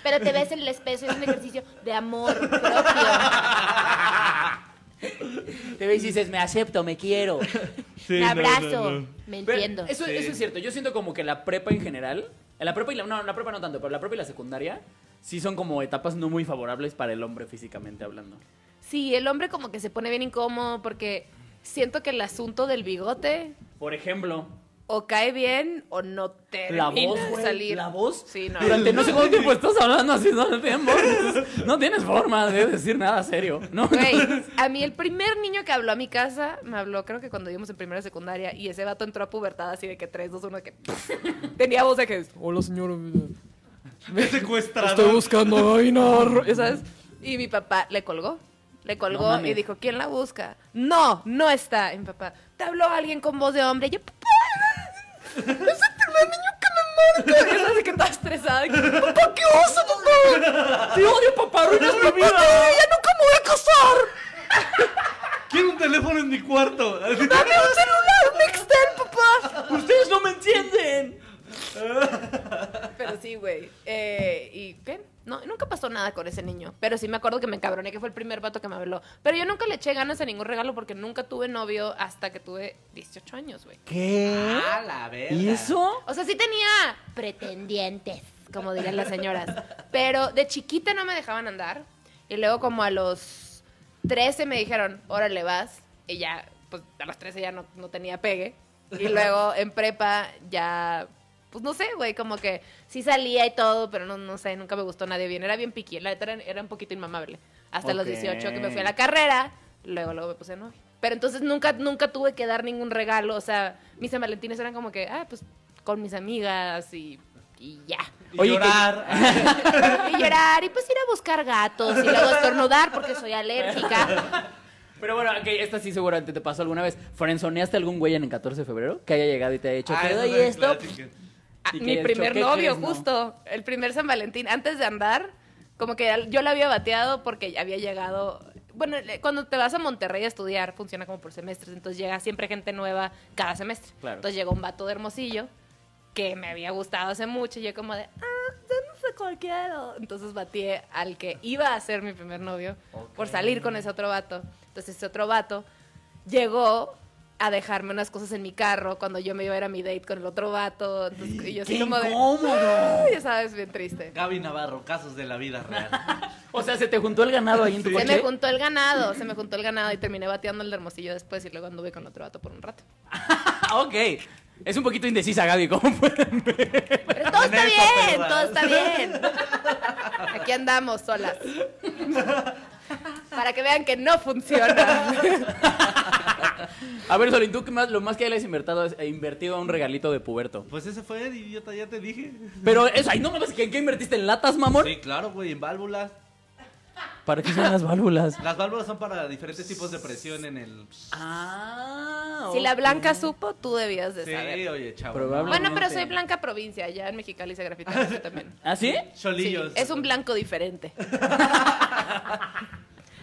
Speaker 6: Pero te ves en el espejo. Es un ejercicio de amor propio.
Speaker 1: Te ves y dices, me acepto, me quiero.
Speaker 2: Sí,
Speaker 6: Un
Speaker 2: no, no,
Speaker 6: abrazo.
Speaker 2: no.
Speaker 6: Me
Speaker 1: Pero
Speaker 6: entiendo.
Speaker 1: Eso,
Speaker 2: Sí.
Speaker 1: eso es cierto. Yo siento como que la prepa en general, la prepa y la, no, la prepa no tanto, pero la prepa y la secundaria sí son como etapas no muy favorables para el hombre físicamente hablando.
Speaker 3: Sí, el hombre como que se pone bien incómodo porque siento que el asunto del bigote
Speaker 1: Por ejemplo,
Speaker 3: o cae bien o no te
Speaker 1: la voz, güey,
Speaker 3: salir.
Speaker 1: la voz.
Speaker 3: Sí, no.
Speaker 1: Durante no sé cuánto tiempo estás hablando así, no tienes, no tienes forma de decir nada serio. No,
Speaker 3: Güey, a mí el primer niño que habló a mi casa me habló, creo que cuando íbamos en primera secundaria, y ese vato entró a pubertad así de que 3, 2, 1, que tenía voz de que
Speaker 7: Hola señora,
Speaker 2: Me secuestrado.
Speaker 7: estoy buscando a Dainar.
Speaker 3: ¿sabes? Y mi papá le colgó. Le
Speaker 1: No
Speaker 3: colgó
Speaker 1: mames.
Speaker 3: y dijo, ¿quién la busca? No, no está. Y mi papá, ¿te habló alguien con voz de hombre? Y yo, papá, es el primer niño que me marca. Y yo así que estaba estresada. Y que, papá, ¿qué oso, papá? Te odio, papá, arruinas mi vida. Ya nunca me voy a casar.
Speaker 2: Quiero un teléfono en mi cuarto.
Speaker 3: Dame un celular, un Nextel, papá.
Speaker 1: ustedes no me entienden.
Speaker 3: Pero sí, güey. Eh, ¿Y qué? No, y nunca pasó nada con ese niño. Pero sí me acuerdo que me encabroné, que fue el primer vato que me habló. Pero yo nunca le eché ganas a ningún regalo porque nunca tuve novio hasta que tuve 18 años, güey.
Speaker 7: ¿Qué?
Speaker 2: ¡Ah, la verga!
Speaker 7: ¿Y eso?
Speaker 3: O sea, sí tenía pretendientes, como dirían las señoras. Pero de chiquita no me dejaban andar. Y luego como a los 13 me dijeron, órale, vas. Y ya, pues a los 13 ya no, no tenía pegue. Y luego en prepa ya, pues no sé, güey, como que sí salía y todo, pero no, no sé, nunca me gustó nadie bien. Era bien piqui, la neta era, era un poquito inmamable. Hasta los
Speaker 1: Ok.
Speaker 3: 18 que me fui a la carrera, luego, luego me puse novio. Pero entonces nunca, nunca tuve que dar ningún regalo. O sea, mis San Valentines eran como que, ah, pues con mis amigas y, y ya.
Speaker 2: Y
Speaker 1: Oye,
Speaker 2: llorar. Ah,
Speaker 3: Y llorar y pues ir a buscar gatos y luego estornudar porque soy alérgica.
Speaker 1: Pero bueno, ok, esta sí seguramente te pasó alguna vez. ¿Frenzoneaste algún güey en el 14 de febrero que haya llegado y te haya dicho,
Speaker 2: Ah, eso
Speaker 1: te doy
Speaker 2: no es
Speaker 1: esto?
Speaker 2: clásico.
Speaker 3: Ah,
Speaker 1: ¿Y
Speaker 3: Mi
Speaker 1: qué-
Speaker 3: primer
Speaker 1: qué
Speaker 3: novio,
Speaker 1: crees, no?
Speaker 3: justo. El primer San Valentín. Antes de andar, como que yo la había bateado porque ya había llegado. Bueno, le- cuando te vas a Monterrey a estudiar, funciona como por semestres. Entonces llega siempre gente nueva cada semestre.
Speaker 1: Claro.
Speaker 3: Entonces llegó un vato de Hermosillo que me había gustado hace mucho. Y yo, como de, ah, danos a cualquiera. Entonces bateé al que iba a ser mi primer novio por salir con ese otro vato. Entonces ese otro vato llegó a dejarme unas cosas en mi carro cuando yo me iba a ir a mi date con el otro vato. Entonces, y yo así
Speaker 1: ¡Qué
Speaker 3: como de,
Speaker 1: incómodo!
Speaker 3: "Ah", ya sabes, bien triste.
Speaker 2: Gaby Navarro, casos de la vida real.
Speaker 1: O sea, se te juntó el ganado ahí en tu
Speaker 3: Se
Speaker 1: coche.
Speaker 3: me juntó el ganado, se me juntó el ganado y terminé bateando el de Hermosillo después y luego anduve con otro vato por un rato.
Speaker 1: Ah, ok. Es un poquito indecisa, Gaby, ¿cómo pueden ver?
Speaker 3: Pero todo está
Speaker 2: Con eso,
Speaker 3: bien,
Speaker 2: perra.
Speaker 3: todo está bien. Aquí andamos solas. Para que vean que no funciona.
Speaker 1: A ver, Solín, ¿tú qué más, lo más que le has invertido es eh, invertido a un regalito de puberto?
Speaker 2: Pues ese fue, idiota, ya te dije.
Speaker 1: Pero eso, ay, no mames, ¿en qué invertiste? ¿En latas, mamón?
Speaker 2: Sí, claro, güey, en válvulas.
Speaker 1: ¿Para qué son las válvulas?
Speaker 2: Las válvulas son para diferentes tipos de presión en el...
Speaker 1: Pues, Ah,
Speaker 3: Si la
Speaker 1: ok.
Speaker 3: blanca supo, tú debías de
Speaker 2: Sí,
Speaker 3: saber.
Speaker 2: oye, chavo.
Speaker 1: Probable.
Speaker 3: Bueno, pero
Speaker 1: Probablemente.
Speaker 3: soy blanca provincia, ya en Mexicali se grafita mucho también.
Speaker 1: ¿Ah, sí?
Speaker 2: Cholillos.
Speaker 3: Sí, es un blanco diferente.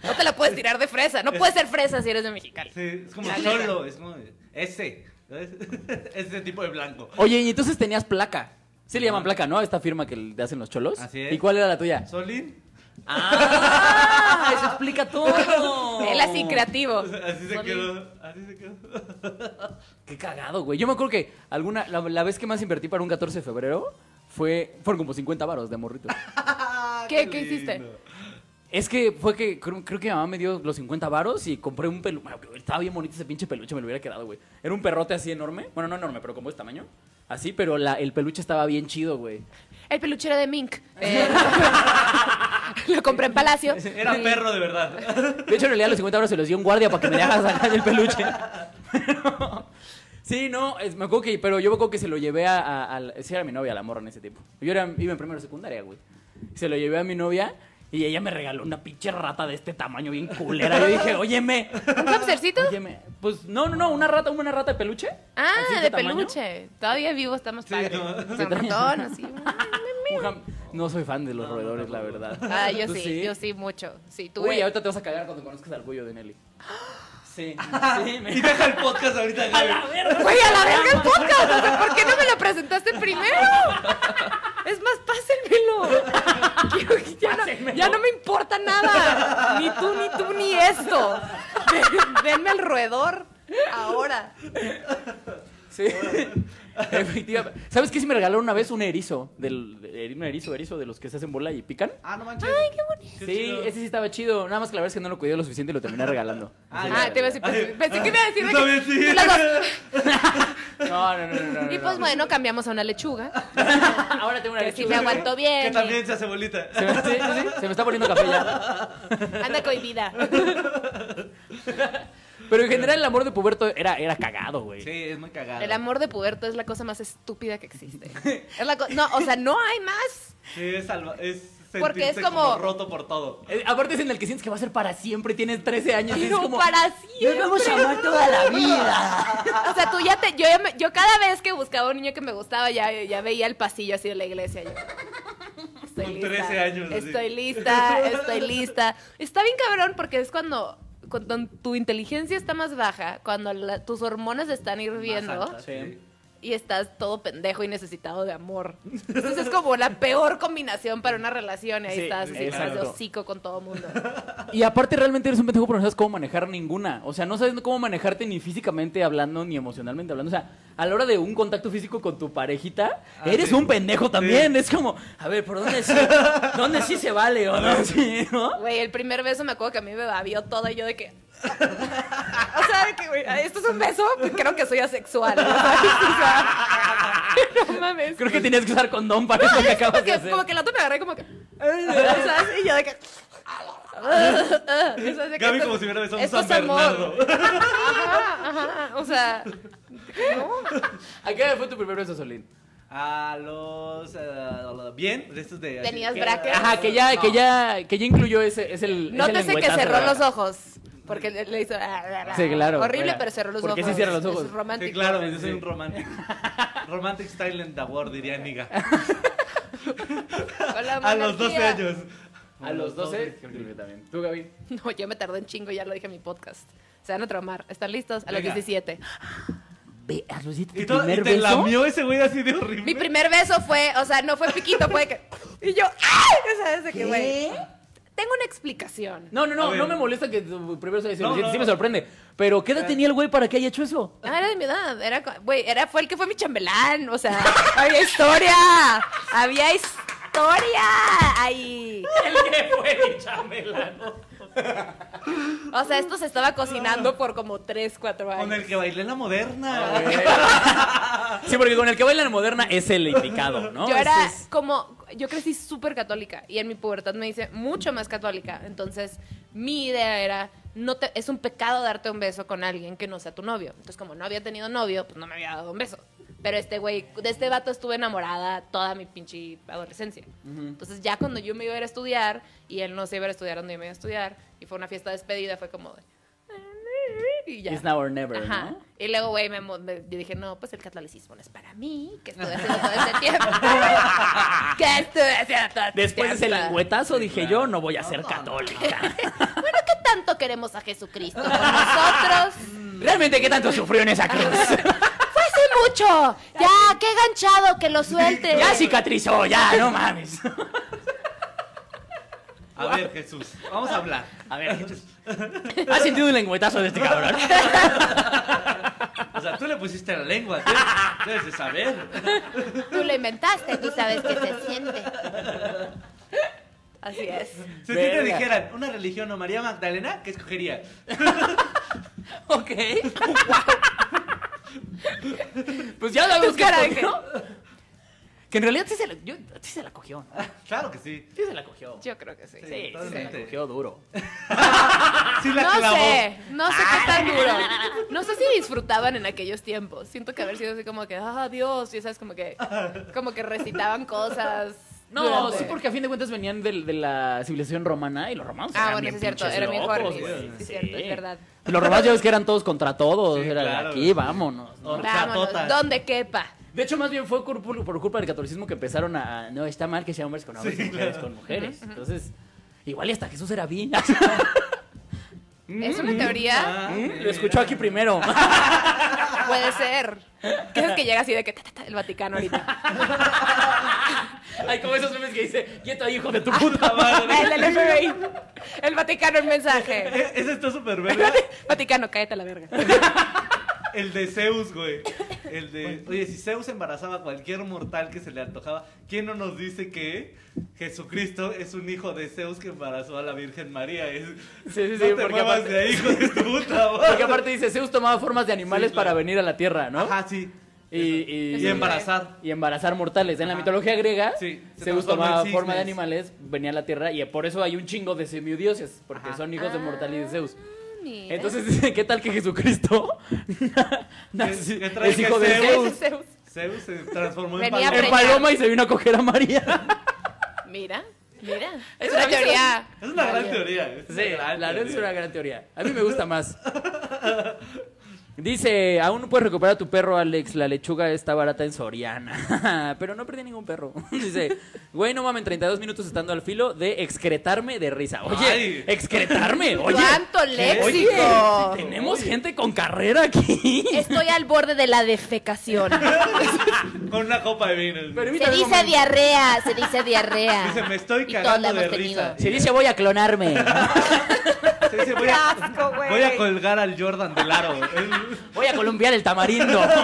Speaker 3: No te la puedes tirar de fresa. No puedes ser fresa si eres de Mexicali.
Speaker 2: Sí, es como
Speaker 3: La neta.
Speaker 2: solo, es como ese, ¿sabes? ese tipo de blanco.
Speaker 1: Oye, y entonces tenías placa. Sí le llaman placa, ¿no? Esta firma que le hacen los cholos.
Speaker 2: Así es.
Speaker 1: ¿Y cuál era la tuya?
Speaker 2: Solín,
Speaker 1: ¡Ah! Eso explica todo.
Speaker 3: Él así creativo.
Speaker 2: así se
Speaker 3: Solín.
Speaker 2: quedó, así se quedó.
Speaker 1: Qué cagado, güey. Yo me acuerdo que alguna, la, la vez que más invertí para un 14 de febrero fue, fueron como 50 varos de morrito.
Speaker 3: ¿Qué-
Speaker 2: Ah,
Speaker 3: qué hiciste?
Speaker 2: lindo.
Speaker 1: Es que fue que creo, creo que mi mamá me dio los 50 varos y compré un peluche. Estaba bien bonito ese pinche peluche, me lo hubiera quedado, güey. Era un perrote así enorme. Bueno, no enorme, pero como de este tamaño. Así, pero la- el peluche estaba bien chido, güey.
Speaker 3: El peluchero de Mink. Eh, lo compré en Palacio.
Speaker 2: Era perro de verdad.
Speaker 1: De hecho, en realidad los 50 euros se los dio un guardia para que me dejara sacar el peluche. Pero- sí, no, es- me acuerdo que, pero yo me acuerdo que se lo llevé a, a- a la- sí era mi novia, la morra en ese tiempo. Yo era, iba en primero de secundaria, güey. Se lo llevé a mi novia y ella me regaló una pinche rata de este tamaño bien culera. Yo dije, óyeme,
Speaker 3: ¿Un hamstercito?
Speaker 1: óyeme. Pues no, no, no, una rata, una rata de peluche.
Speaker 3: Ah,
Speaker 1: así
Speaker 3: de
Speaker 1: este tamaño.
Speaker 3: peluche. Todavía vivo, estamos
Speaker 2: Sí,
Speaker 3: padres.
Speaker 2: ¿no?
Speaker 3: O sea, Un ratón, así.
Speaker 1: Un jam- No soy fan de los roedores, la verdad.
Speaker 3: Ah, yo
Speaker 1: ¿Tú
Speaker 3: sí, yo sí, mucho. Sí, tuve.
Speaker 1: Uy, ahorita te vas a cagar cuando conozcas al cuello de Nelly. Sí, sí, me...
Speaker 2: Y deja el podcast ahorita,
Speaker 1: A
Speaker 2: Gaby.
Speaker 1: la verga.
Speaker 3: Güey, a la verga el podcast. O sea, ¿Por qué no me lo presentaste primero? Es más, pásenmelo. Quiero que Ya no,
Speaker 1: Pásenmelo.
Speaker 3: ya no me importa nada. Ni tú, ni tú, ni esto. Ven- Denme el roedor ahora.
Speaker 1: Sí. Efectivamente. ¿Sabes qué? Si me regalaron una vez un erizo. Del, de- un erizo, erizo de los que se hacen bola y pican.
Speaker 2: Ah, no manches. Ay, qué bonito.
Speaker 1: Sí, ese sí estaba chido. Nada más que la verdad es que no lo cuidé lo suficiente y lo terminé regalando. Esa
Speaker 2: Ah,
Speaker 1: es
Speaker 3: Ah,
Speaker 1: la
Speaker 3: te iba a
Speaker 1: realidad.
Speaker 3: decir, pensé que me iba a decir
Speaker 2: Yo
Speaker 3: de que-
Speaker 2: también, sí.
Speaker 3: de las dos.
Speaker 1: No, no, no, no. no,
Speaker 3: Y
Speaker 1: no.
Speaker 3: pues bueno, cambiamos a una lechuga.
Speaker 1: Ahora tengo una
Speaker 3: Que si
Speaker 1: lechuga.
Speaker 3: me aguantó
Speaker 2: Que
Speaker 3: bien. eh.
Speaker 2: también se hace bolita.
Speaker 1: Se me, sí, sí, sí, se me está poniendo café ya.
Speaker 3: Anda cohibida.
Speaker 1: Pero en general el amor de puberto era, era cagado, güey.
Speaker 2: Sí, es muy cagado.
Speaker 3: El amor de puberto es la cosa más estúpida que existe. Es la co- no, o sea, no hay más.
Speaker 2: Sí, es, salva es sentirse
Speaker 3: Porque es
Speaker 2: como...
Speaker 3: como-
Speaker 2: roto por todo.
Speaker 1: Eh, Aparte es en el que sientes que va a ser para siempre, tienes 13 años y es
Speaker 3: No,
Speaker 1: como...
Speaker 3: para
Speaker 1: Nos
Speaker 3: siempre.
Speaker 1: vamos a amar toda la vida.
Speaker 3: O sea, tú ya te. Yo, ya me- yo cada vez que buscaba un niño que me gustaba, ya, ya veía el pasillo así de la iglesia. yo, estoy
Speaker 2: Con
Speaker 3: lista,
Speaker 2: 13 años, así.
Speaker 3: Estoy lista, estoy lista. Está bien cabrón porque es cuando. Cuando tu inteligencia está más baja, cuando la- tus hormonas están hirviendo,
Speaker 2: Más alta, sí.
Speaker 3: y estás todo pendejo y necesitado de amor. Entonces es como la peor combinación para una relación. Y ahí
Speaker 1: Sí,
Speaker 3: estás así
Speaker 1: exacto.
Speaker 3: tras de hocico con todo mundo.
Speaker 1: Y aparte realmente eres un pendejo porque no sabes cómo manejar ninguna. O sea, no sabes cómo manejarte ni físicamente hablando, ni emocionalmente hablando. O sea, a la hora de un contacto físico con tu parejita,
Speaker 2: Ah,
Speaker 1: eres
Speaker 2: sí.
Speaker 1: un pendejo también. Es como, a ver, ¿por dónde sí, dónde sí se vale o no? Sí, ¿no?
Speaker 3: Güey, el primer beso me acuerdo que a mí me babió todo y yo de que... o sea, de que, güey, esto es un beso, pues creo que soy asexual. ¿no? O sea, no mames.
Speaker 1: Creo que tienes que usar condón para eso que acabas
Speaker 3: como
Speaker 1: de
Speaker 3: que,
Speaker 1: hacer.
Speaker 3: como que el otro me agarré como que... ¿Sabes? Y yo de que... Eso es de que
Speaker 2: Gaby
Speaker 3: esto-
Speaker 2: como si hubiera besado un
Speaker 3: esto
Speaker 2: San
Speaker 3: es amor.
Speaker 2: Bernardo.
Speaker 3: Ajá, ajá, o sea,
Speaker 1: ¿A qué edad fue tu primer beso, Solín?
Speaker 2: A los... eh, bien, de estos de...
Speaker 3: Tenías
Speaker 2: que-
Speaker 3: brackets.
Speaker 1: Ajá, que ya, que ya, que ya incluyó ese, es el.
Speaker 3: nótese que cerró los ojos. Porque le, le hizo... ah,
Speaker 1: Sí, claro,
Speaker 3: Horrible,
Speaker 1: fuera.
Speaker 3: pero cerró los
Speaker 1: ¿Por
Speaker 3: ojos.
Speaker 1: qué sí cierra los ojos?
Speaker 3: Es romántico.
Speaker 2: Sí, claro, yo soy un romántico. Romantic Silent Award, diría Niga.
Speaker 3: Con la
Speaker 2: A los 12
Speaker 3: monarquía.
Speaker 2: años.
Speaker 1: A los 12. incluyó también. ¿Tú, Gaby?
Speaker 3: No, yo me tardé un chingo, ya lo dije en mi podcast. Se van a traumar. ¿Están listos? A los
Speaker 2: Venga.
Speaker 3: 17.
Speaker 1: Ve, a los siete,
Speaker 2: Y,
Speaker 1: tu
Speaker 2: todo- y
Speaker 1: primer
Speaker 2: te
Speaker 1: beso.
Speaker 2: lamió ese güey así de horrible.
Speaker 3: Mi primer beso fue, o sea, no fue piquito, fue que. Y yo, ¡ay! O sea, ese que, güey. Tengo una explicación.
Speaker 1: No, no,
Speaker 2: A
Speaker 1: no,
Speaker 2: ver.
Speaker 1: no me molesta que tu primer beso haya sido
Speaker 2: No,
Speaker 1: sí,
Speaker 2: no,
Speaker 1: sí
Speaker 2: no. Eh.
Speaker 1: me sorprende. Pero ¿qué edad tenía el güey para que haya hecho eso?
Speaker 3: Ah, era de mi edad. Era, co- güey, era, fue el que fue mi chambelán. O sea, había historia. Había historia. Ahí.
Speaker 1: El que fue mi chambelán.
Speaker 3: O sea, esto se estaba cocinando por como 3, 4
Speaker 2: Ah. Con
Speaker 3: años.
Speaker 2: el que bailé la moderna.
Speaker 1: Sí, porque con el que baila en moderna es el indicado, ¿no?
Speaker 3: Yo era
Speaker 1: Ese es-
Speaker 3: como, yo crecí súper católica y en mi pubertad me hice mucho más católica. Entonces, mi idea era, no te, es un pecado darte un beso con alguien que no sea tu novio. Entonces, como no había tenido novio, pues no me había dado un beso. Pero este güey, de este vato estuve enamorada toda mi pinche adolescencia. Entonces, ya cuando yo me iba a ir a estudiar y él no se iba a ir a estudiar donde yo me iba a estudiar y fue una fiesta de despedida, fue como de... "Ah, Y ya.
Speaker 1: It's now or never,
Speaker 3: Ajá.
Speaker 1: ¿no?
Speaker 3: Y luego, güey, me, mo- me- yo dije, no, pues el catolicismo no es para mí, que estuve haciendo todo este tiempo. que estuve haciendo todo este
Speaker 1: Después de ese
Speaker 3: tiempo?
Speaker 1: lingüetazo dije
Speaker 2: claro.
Speaker 1: yo no voy a
Speaker 2: No,
Speaker 1: ser
Speaker 2: no, no.
Speaker 1: católica.
Speaker 3: Bueno, ¿qué tanto queremos a Jesucristo con nosotros?
Speaker 1: ¿Realmente qué tanto sufrió en esa cruz?
Speaker 3: ¡Fue hace mucho! ¡Ya, qué ganchado que lo suelte!
Speaker 1: ya cicatrizó, ya, no mames.
Speaker 2: A ver, Jesús, vamos a hablar.
Speaker 1: A ver, ¿has sentido un lengüetazo de este cabrón?
Speaker 2: O sea, tú le pusiste la lengua, debes, debes de saber.
Speaker 3: Tú lo inventaste, tú sabes que se siente. Así es.
Speaker 2: Si a ti te
Speaker 1: Verga.
Speaker 2: dijeran una religión o María Magdalena, ¿qué escogería?
Speaker 1: Ok. pues ya sabemos
Speaker 3: Tu
Speaker 1: que
Speaker 3: cara de
Speaker 1: cogió. Que en realidad sí se la, yo- sí se la cogió. ¿no?
Speaker 2: Claro que sí.
Speaker 1: Sí se la cogió.
Speaker 3: Yo creo que sí.
Speaker 1: Sí, sí se la
Speaker 2: totalmente.
Speaker 1: cogió duro.
Speaker 2: Sí la
Speaker 3: No
Speaker 2: clavó.
Speaker 3: sé, no sé qué tan duro. No sé si disfrutaban en aquellos tiempos. Siento que haber sido así como que, ah, Dios, y sabes, como que, como que recitaban cosas.
Speaker 1: No,
Speaker 3: durante-
Speaker 1: sí, porque a fin de cuentas venían del- de, la civilización romana y los romanos.
Speaker 3: Ah,
Speaker 1: eran
Speaker 3: bueno,
Speaker 1: bien
Speaker 3: sí es cierto,
Speaker 1: pinches
Speaker 3: era bien
Speaker 1: locos,
Speaker 3: horny,
Speaker 1: güey.
Speaker 3: sí, sí es cierto, es verdad.
Speaker 1: Los romanos ya ves que eran todos contra todos.
Speaker 2: Sí,
Speaker 1: era de
Speaker 2: claro.
Speaker 1: aquí, vámonos. ¿no?
Speaker 3: Vámonos,
Speaker 2: Horchatotas.
Speaker 3: donde quepa.
Speaker 1: De hecho, más bien fue por, por- por culpa del catolicismo que empezaron a. a- No, está mal que sean hombres con hombres y mujeres con mujeres. Entonces, igual y hasta Jesús era bien.
Speaker 3: Es una
Speaker 1: Mm.
Speaker 3: teoría,
Speaker 2: Ah,
Speaker 1: Lo escuchó aquí primero.
Speaker 3: puede ser. ¿Qué es que llega así de que ta, ta, ta, el Vaticano ahorita?
Speaker 1: Ay, como esos memes que dice, quieto ahí, hijo de
Speaker 2: Ah,
Speaker 1: tu puta madre.
Speaker 3: El del FBI. El Vaticano, el mensaje.
Speaker 2: e- Ese está súper verde.
Speaker 3: Vaticano, cállate a la verga.
Speaker 2: El de Zeus, güey. El de. Oye, si Zeus embarazaba a cualquier mortal que se le antojaba, ¿quién no nos dice que Jesucristo es un hijo de Zeus que embarazó a la Virgen María? Es-
Speaker 1: Sí, sí,
Speaker 2: no
Speaker 1: sí,
Speaker 2: te
Speaker 1: porque
Speaker 2: muevas
Speaker 1: aparte-
Speaker 2: de ahí, hijo de tu puta madre.
Speaker 1: Porque aparte dice, Zeus tomaba formas de animales
Speaker 2: Sí, claro.
Speaker 1: para venir a la tierra, ¿no?
Speaker 2: Ajá, Ah, sí.
Speaker 1: Y, y-
Speaker 2: Y embarazar.
Speaker 1: y embarazar mortales. En la
Speaker 2: Ajá.
Speaker 1: mitología griega,
Speaker 2: Sí, se
Speaker 1: Zeus
Speaker 2: transformó en
Speaker 1: tomaba
Speaker 2: cisnes.
Speaker 1: forma de animales, venía a la tierra y por eso hay un chingo de semidioses, porque
Speaker 2: Ajá.
Speaker 1: son hijos de mortal y de Zeus.
Speaker 3: Mira.
Speaker 1: Entonces dice, ¿qué tal que Jesucristo nace-
Speaker 2: que
Speaker 1: es
Speaker 2: traiga
Speaker 1: hijo de
Speaker 2: Zeus.
Speaker 1: Zeus?
Speaker 3: Ese Zeus.
Speaker 2: Zeus se transformó en paloma.
Speaker 3: Venía
Speaker 1: En
Speaker 3: preñado.
Speaker 1: paloma y se vino a coger a María.
Speaker 3: Mira, mira. Es
Speaker 1: Es
Speaker 3: una
Speaker 1: una-
Speaker 3: teoría.
Speaker 2: Es una gran teoría. es una
Speaker 1: Sí,
Speaker 2: gran
Speaker 1: la verdad es
Speaker 2: teoría.
Speaker 1: una gran teoría. A mí me gusta más. Dice, aún no puedes recuperar a tu perro, Alex. La lechuga está barata en Soriana. Pero no perdí ningún perro. Dice, güey, no mames, 32 minutos estando al filo de excretarme de risa. Oye,
Speaker 2: Ay.
Speaker 1: excretarme. Oye,
Speaker 3: ¡Cuánto
Speaker 1: Oye,
Speaker 3: léxico!
Speaker 1: tenemos gente con carrera aquí.
Speaker 3: Estoy al borde de la defecación.
Speaker 2: Con una copa de vino.
Speaker 3: Se
Speaker 1: Permítame un
Speaker 3: dice
Speaker 1: momento.
Speaker 3: diarrea, se dice diarrea.
Speaker 2: Dice, me estoy
Speaker 3: todos
Speaker 2: cagando
Speaker 3: la
Speaker 2: de
Speaker 3: hemos tenido.
Speaker 2: risa.
Speaker 1: Se dice voy a clonarme.
Speaker 2: Se dice, voy, a, voy a colgar al Jordan del aro.
Speaker 1: Voy a columpiar el tamarindo.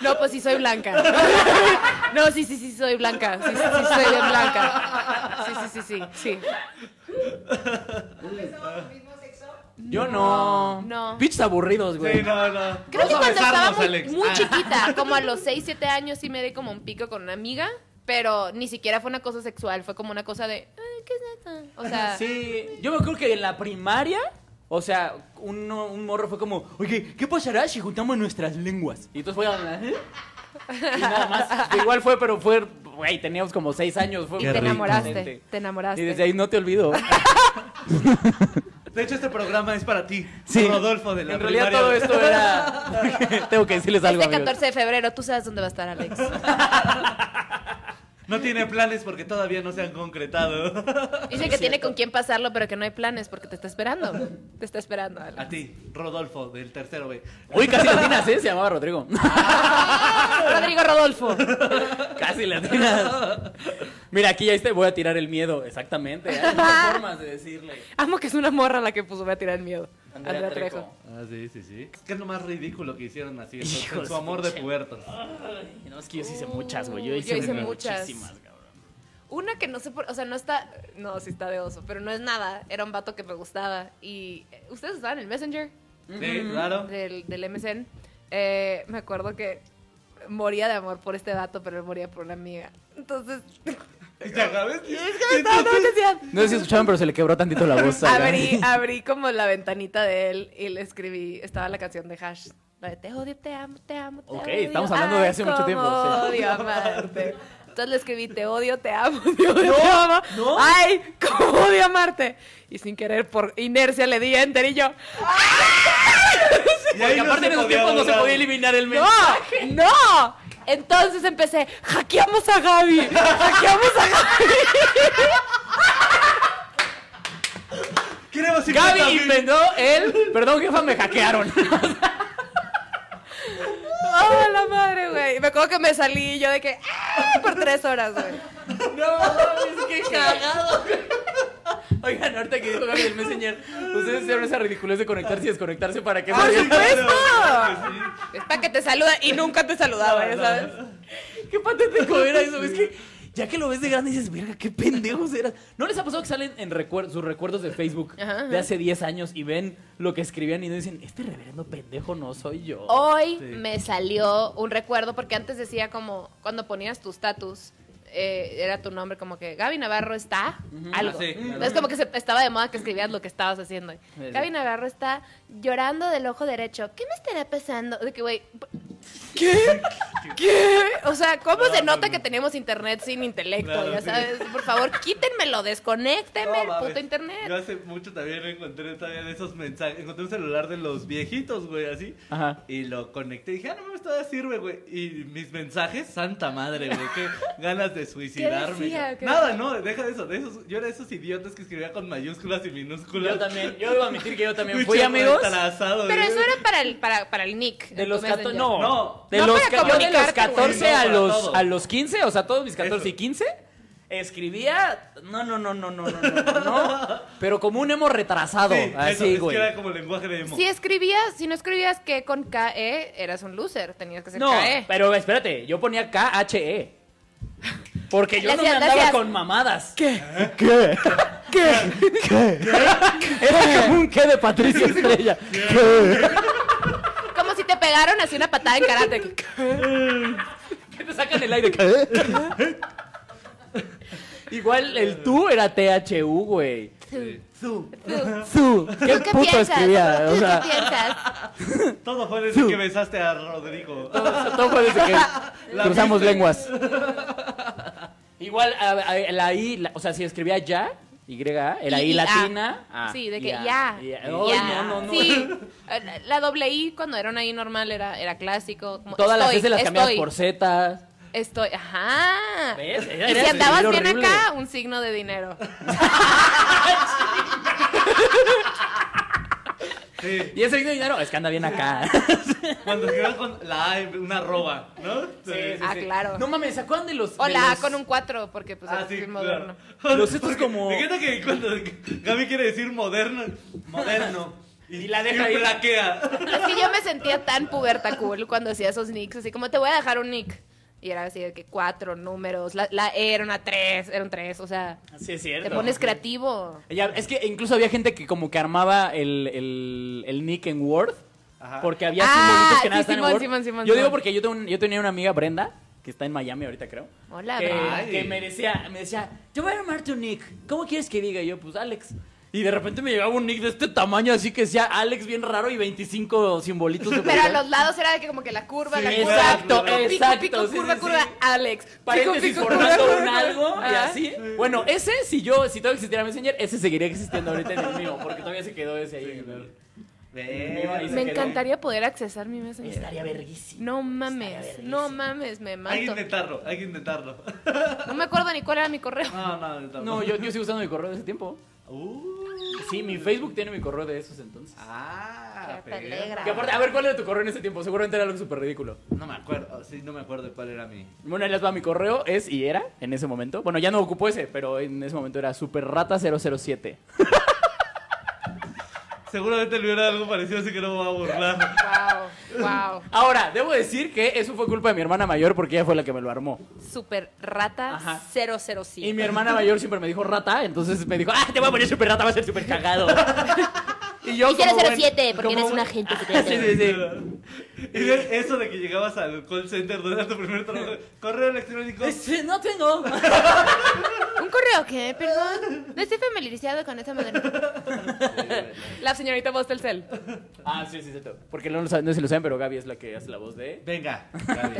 Speaker 3: No, pues sí soy blanca. No, sí, sí, sí soy blanca. Sí, sí, sí soy bien blanca. Sí, sí, sí, sí, sí.
Speaker 1: Yo no.
Speaker 3: No.
Speaker 1: Pichos aburridos, güey.
Speaker 2: Sí, no, no.
Speaker 3: Creo
Speaker 2: Vamos
Speaker 3: que
Speaker 2: a
Speaker 3: cuando estaba
Speaker 2: besarnos,
Speaker 3: muy,
Speaker 2: Alex.
Speaker 3: muy
Speaker 2: Ah.
Speaker 3: chiquita, como a los 6, 7 años, sí me di como un pico con una amiga, pero ni siquiera fue una cosa sexual, fue como una cosa de, "Ay, ¿qué es esto? O sea,
Speaker 1: Sí, yo me acuerdo que en la primaria, o sea, uno- un morro fue como, oye, ¿qué pasará si juntamos nuestras lenguas? Y entonces fue a... ¿eh? Y nada más. Igual fue, pero fue, güey, teníamos como seis años. Fue
Speaker 3: y
Speaker 2: Qué
Speaker 3: te
Speaker 2: rico.
Speaker 3: enamoraste, te enamoraste.
Speaker 1: Y desde ahí no te olvido.
Speaker 2: De hecho, este programa es para ti,
Speaker 1: Sí.
Speaker 2: Rodolfo de la
Speaker 1: En realidad
Speaker 2: primaria.
Speaker 1: todo esto era... Tengo que decirles algo,
Speaker 3: este
Speaker 1: amigos.
Speaker 3: 14 de febrero, tú sabes dónde va a estar Alex.
Speaker 2: No tiene planes porque todavía no se han concretado.
Speaker 3: Dice que tiene con quién pasarlo, pero que no hay planes porque te está esperando. Te está esperando, Alex.
Speaker 2: A ti, Rodolfo, del tercero B.
Speaker 1: Uy, casi latinas, ¿eh? Se llamaba Rodrigo.
Speaker 3: Ah, Rodrigo Rodolfo.
Speaker 1: Casi latinas. Mira, aquí ya te voy a tirar el miedo. Exactamente. ¿eh? Hay muchas formas de decirle.
Speaker 3: Amo que es una morra la que puso, voy a tirar el miedo. Andrea, Trejo.
Speaker 2: Ah, sí, sí, sí. Es que es lo más ridículo que hicieron así, entonces,
Speaker 1: Hijo de
Speaker 2: su
Speaker 1: su
Speaker 2: amor de
Speaker 1: pinche-
Speaker 2: pubertos.
Speaker 1: Y No, es que yo sí hice muchas, güey. Yo
Speaker 3: yo
Speaker 1: hice,
Speaker 3: hice muchas.
Speaker 1: muchísimas, cabrón.
Speaker 3: Una que no sé por, o sea, no está, no, sí está de oso, pero no es nada, era un vato que me gustaba y eh, ustedes estaban en el Messenger
Speaker 2: Sí, claro.
Speaker 3: del, del MSN. Eh, me acuerdo que moría de amor por este vato, pero él moría por una amiga. Entonces,
Speaker 2: ¿Ya sabes?
Speaker 3: no, no, decía,
Speaker 1: No sé si escuchaban, pero se le quebró tantito la voz. a
Speaker 3: abrí, abrí como la ventanita de él y le escribí, estaba la canción de Hash. La de te odio, te amo, te amo. Te
Speaker 1: Ok,
Speaker 3: odio.
Speaker 1: estamos hablando de
Speaker 3: Ay,
Speaker 1: hace mucho
Speaker 3: cómo
Speaker 1: tiempo, sí.
Speaker 3: Odio amarte. Entonces le escribí, te odio, te amo, te odio, te amo.
Speaker 2: no.
Speaker 3: Ay, cómo odio amarte. Y sin querer, por inercia, le di enter y yo,
Speaker 2: Y ahí
Speaker 1: Porque aparte en
Speaker 2: se
Speaker 1: esos
Speaker 2: podía
Speaker 1: tiempos no se
Speaker 2: borrar.
Speaker 1: podía eliminar el
Speaker 3: ¡No!
Speaker 1: mensaje.
Speaker 3: ¡No! Entonces empecé, hackeamos a Gaby, hackeamos a Gaby.
Speaker 2: Queremos
Speaker 1: Gaby
Speaker 2: 50 mil.
Speaker 1: inventó el. Perdón, jefa, me hackearon.
Speaker 3: ¡Oh, la madre, güey! Me acuerdo que me salí y yo de que, ¡ah! Por tres horas, güey.
Speaker 1: No, mames, qué cagado. Oigan, ahorita que dijo Gaby el Messenger, ustedes hicieron esa ridiculez de conectarse y desconectarse para que
Speaker 2: Ah, sí,
Speaker 1: salga.
Speaker 2: claro,
Speaker 3: supuesto.
Speaker 2: claro que sí.
Speaker 3: Es para que te saluda y nunca te saludaba,
Speaker 2: No,
Speaker 3: ya
Speaker 2: no.
Speaker 3: sabes.
Speaker 1: Qué patético era eso. güey. Es que ya que lo ves de grande dices, verga, qué pendejos eras. ¿No les ha pasado que salen en recuer- sus recuerdos de Facebook
Speaker 3: Ajá, ajá.
Speaker 1: de hace 10 años y ven lo que escribían y dicen, este reverendo pendejo no soy yo?
Speaker 2: Oh.
Speaker 3: Hoy
Speaker 2: Sí.
Speaker 3: me salió un recuerdo porque antes decía como cuando ponías tu status eh, era tu nombre como que Gaby Navarro está algo.
Speaker 2: Ah, sí, claro.
Speaker 3: Entonces como que se- estaba de moda que escribías lo que estabas haciendo.
Speaker 1: sí.
Speaker 3: Gaby Navarro está llorando del ojo derecho. ¿Qué me estará pasando? De que güey, ¿qué? ¿Qué? O sea, ¿cómo se nota que tenemos internet sin intelecto?
Speaker 2: Claro,
Speaker 3: ya
Speaker 2: sí.
Speaker 3: sabes, por favor, quítenmelo, desconéctenme
Speaker 2: No,
Speaker 3: el
Speaker 2: mames.
Speaker 3: puto internet.
Speaker 2: Yo hace mucho también encontré también esos mensajes. Encontré un celular de los viejitos, güey, así.
Speaker 1: Ajá.
Speaker 2: Y lo conecté y dije, ah, no mames, todavía sirve, güey. Y mis mensajes, santa madre, güey. Qué ganas de suicidarme.
Speaker 3: decía? ¿Qué
Speaker 2: Nada, no, deja de eso. De esos, yo era de esos idiotas que escribía con mayúsculas y minúsculas.
Speaker 1: Yo también, yo debo admitir que yo también
Speaker 2: Pinche
Speaker 1: fui, amigos.
Speaker 2: retrasado,
Speaker 3: Pero
Speaker 2: güey.
Speaker 3: eso era para el, para, para el nick. en
Speaker 1: De
Speaker 3: tu
Speaker 1: los 14,
Speaker 3: Messenger.
Speaker 1: no,
Speaker 2: No.
Speaker 1: de
Speaker 3: No
Speaker 1: los,
Speaker 3: para
Speaker 1: ca- yo de los
Speaker 3: comunicarte,
Speaker 1: 14
Speaker 2: güey.
Speaker 1: a
Speaker 2: No, para
Speaker 1: los,
Speaker 2: todo.
Speaker 1: a los 15, o sea, todos mis 14 y
Speaker 2: Eso.
Speaker 1: 15, escribía, no, no, no, no, no, no, no, no, pero como un emo retrasado,
Speaker 2: Sí, eso,
Speaker 1: así,
Speaker 2: es
Speaker 1: güey.
Speaker 2: que era como lenguaje de emo.
Speaker 3: Si escribías, si no escribías que con KE, eras un loser. Tenías que E. ser
Speaker 1: No,
Speaker 3: KE.
Speaker 1: pero espérate, yo ponía K-H-E. Porque yo
Speaker 3: Le
Speaker 1: no me
Speaker 3: hacías- le
Speaker 1: andaba
Speaker 3: hacías-
Speaker 1: con mamadas. ¿Qué? ¿Qué? ¿Qué? ¿Qué? Era como un qué de Patricia Estrella. ¿Qué?
Speaker 3: Como si te pegaron así una patada en karate.
Speaker 1: Que te sacan el aire. ¿Qué? Igual el tú era T-H-U, güey. Tú. Tú. ¿Qué
Speaker 3: ¿Tú qué
Speaker 1: puto
Speaker 3: piensas?
Speaker 1: escribía?
Speaker 3: ¿Tú
Speaker 1: O sea,
Speaker 3: qué piensas?
Speaker 2: Todo fue desde que besaste a Rodrigo.
Speaker 1: todo fue desde que
Speaker 2: La
Speaker 1: cruzamos
Speaker 2: viste.
Speaker 1: lenguas. Igual a- a- la I, la- o sea, si escribía ya, Y A, era
Speaker 3: Y-
Speaker 1: I
Speaker 3: y A.
Speaker 1: latina. Ah. A.
Speaker 3: Sí, de que
Speaker 1: Y A,
Speaker 3: ya.
Speaker 1: y A.
Speaker 3: ya.
Speaker 1: Ay, no, no, no.
Speaker 3: Sí, la- la doble I cuando era una I normal era, era clásico. como
Speaker 1: Todas las
Speaker 3: estoy,
Speaker 1: veces las cambiabas
Speaker 3: estoy,
Speaker 1: por Z.
Speaker 3: Estoy, ajá.
Speaker 1: ¿Ves? Era-
Speaker 3: Y
Speaker 1: era
Speaker 3: si andabas
Speaker 1: escribir
Speaker 3: bien
Speaker 1: horrible.
Speaker 3: acá, un signo de dinero.
Speaker 2: Sí,
Speaker 1: Y ese signo de dinero es que anda bien acá.
Speaker 2: cuando se quedan con la A, una arroba, ¿no? Sí.
Speaker 3: Ah, claro.
Speaker 1: No mames, ¿se acuerdan de los.
Speaker 3: O
Speaker 1: de
Speaker 3: la A
Speaker 1: los-
Speaker 3: con un 4, porque pues
Speaker 2: Ah,
Speaker 3: es
Speaker 2: sí,
Speaker 3: muy
Speaker 2: claro.
Speaker 3: moderno.
Speaker 1: Los estos como-
Speaker 2: Fíjate que cuando Gaby quiere decir moderno, moderno.
Speaker 1: Y la deja
Speaker 2: y
Speaker 1: ahí.
Speaker 2: plaquea.
Speaker 3: Es que yo me sentía tan puberta cool cuando hacía esos nicks, así como te voy a dejar un nick. Y era así de que cuatro números, la, la E era una 3, era un 3, o sea,
Speaker 1: Sí, es cierto.
Speaker 3: te pones creativo.
Speaker 1: Ya, es que incluso había gente que como que armaba el, el, el nick en Word.
Speaker 2: Ajá.
Speaker 1: Porque había
Speaker 3: Ah,
Speaker 1: simbolitos que nada
Speaker 3: sí,
Speaker 1: están en
Speaker 3: Simón,
Speaker 1: Word.
Speaker 3: Simón, Simón,
Speaker 1: yo digo
Speaker 3: Simón.
Speaker 1: porque yo, tengo un- yo tenía una amiga Brenda, que está en Miami ahorita creo.
Speaker 3: Hola,
Speaker 1: que,
Speaker 3: Brenda.
Speaker 1: que me decía, me decía, yo voy a armar tu nick. ¿Cómo quieres que diga? Y yo, pues Alex. Y de repente me llegaba un nick de este tamaño, así que decía Alex bien raro y 25 simbolitos. de
Speaker 3: Pero a
Speaker 1: verdad.
Speaker 3: los lados era de que como que la curva,
Speaker 1: Sí,
Speaker 3: la curva,
Speaker 1: exacto,
Speaker 3: pico, pico,
Speaker 1: exacto,
Speaker 3: pico,
Speaker 1: sí,
Speaker 3: curva,
Speaker 1: sí,
Speaker 3: curva,
Speaker 1: sí.
Speaker 3: Alex. Pico,
Speaker 1: paréntesis
Speaker 3: pico,
Speaker 1: formando
Speaker 3: curva,
Speaker 1: un
Speaker 3: curva.
Speaker 1: algo y
Speaker 3: Ajá.
Speaker 1: así. Bueno, ese, si yo, si todavía existiera Messenger, ese seguiría existiendo ahorita en el mío, porque todavía se quedó ese ahí. en el-
Speaker 2: Ve,
Speaker 1: se
Speaker 3: Ah, Me
Speaker 1: quedó.
Speaker 3: encantaría poder accesar mi messenger.
Speaker 1: Estaría verguísimo.
Speaker 3: No mames, no mames, me
Speaker 2: Hay que
Speaker 3: mato.
Speaker 2: intentarlo, hay que intentarlo.
Speaker 3: No me acuerdo ni cuál era mi correo.
Speaker 2: No, no, no.
Speaker 1: No, yo, yo sigo usando mi correo de ese tiempo.
Speaker 2: Uh,
Speaker 1: Sí, mi Facebook tiene mi correo de esos entonces.
Speaker 2: ah,
Speaker 3: Qué
Speaker 2: pero-
Speaker 3: pelegra.
Speaker 1: Que aparte, a ver, ¿cuál era tu correo en ese tiempo? Seguramente era algo súper ridículo.
Speaker 2: No me acuerdo, sí, no me acuerdo cuál era mi.
Speaker 1: Bueno, ahí les va mi correo, es y era en ese momento. Bueno, ya no ocupo ese, pero en ese momento era superrata007.
Speaker 2: Seguramente le hubiera algo parecido, así que no me voy a burlar.
Speaker 3: Wow, wow.
Speaker 1: Ahora, debo decir que eso fue culpa de mi hermana mayor porque ella fue la que me lo armó.
Speaker 3: Super rata
Speaker 1: Ajá.
Speaker 3: 007.
Speaker 1: Y mi hermana mayor siempre me dijo rata, entonces me dijo, ah, te voy a poner super rata, va a ser super cagado. y yo
Speaker 5: Y 007, porque eres un agente
Speaker 1: Sí,
Speaker 5: secreto.
Speaker 1: sí, sí.
Speaker 2: Y de- eso de que llegabas al call center donde era tu primer trabajo, correo electrónico.
Speaker 1: Este, No tengo.
Speaker 3: ¿Un correo qué? Perdón. No estoy familiarizado con esa manera. La señorita Bostelcel.
Speaker 1: ah, sí, sí, sí. Porque no, lo saben, no sé si lo saben, pero Gaby es la que hace la voz de...
Speaker 2: Venga, Gaby.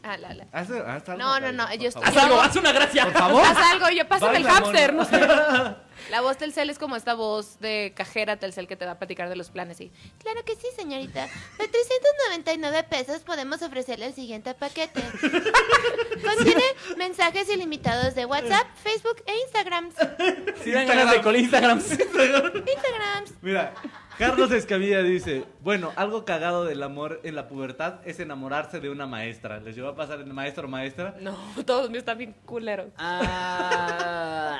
Speaker 3: Ah, la, la.
Speaker 2: Haz- haz algo,
Speaker 3: No, no,
Speaker 2: Gaby,
Speaker 3: no,
Speaker 2: por
Speaker 3: yo
Speaker 2: favor.
Speaker 1: Haz algo, haz una gracia.
Speaker 2: Por favor.
Speaker 3: Oh. Pasa algo, yo pásame el
Speaker 2: Baila,
Speaker 3: hámster.
Speaker 2: mono.
Speaker 3: No sé. La voz Telcel es como esta voz de cajera Telcel que te va a platicar de los planes. Y,
Speaker 6: Claro que sí, señorita. Por 399 pesos podemos ofrecerle el siguiente paquete. Contiene mensajes ilimitados de WhatsApp, Facebook e Instagram.
Speaker 1: Sí, dan ganas de con Instagram.
Speaker 6: Instagram.
Speaker 2: Mira, Carlos Escamilla dice, bueno, algo cagado del amor en la pubertad es enamorarse de una maestra. ¿Les llevó a pasar el maestro o maestra?
Speaker 3: no, todos me están bien culero.
Speaker 1: Ah,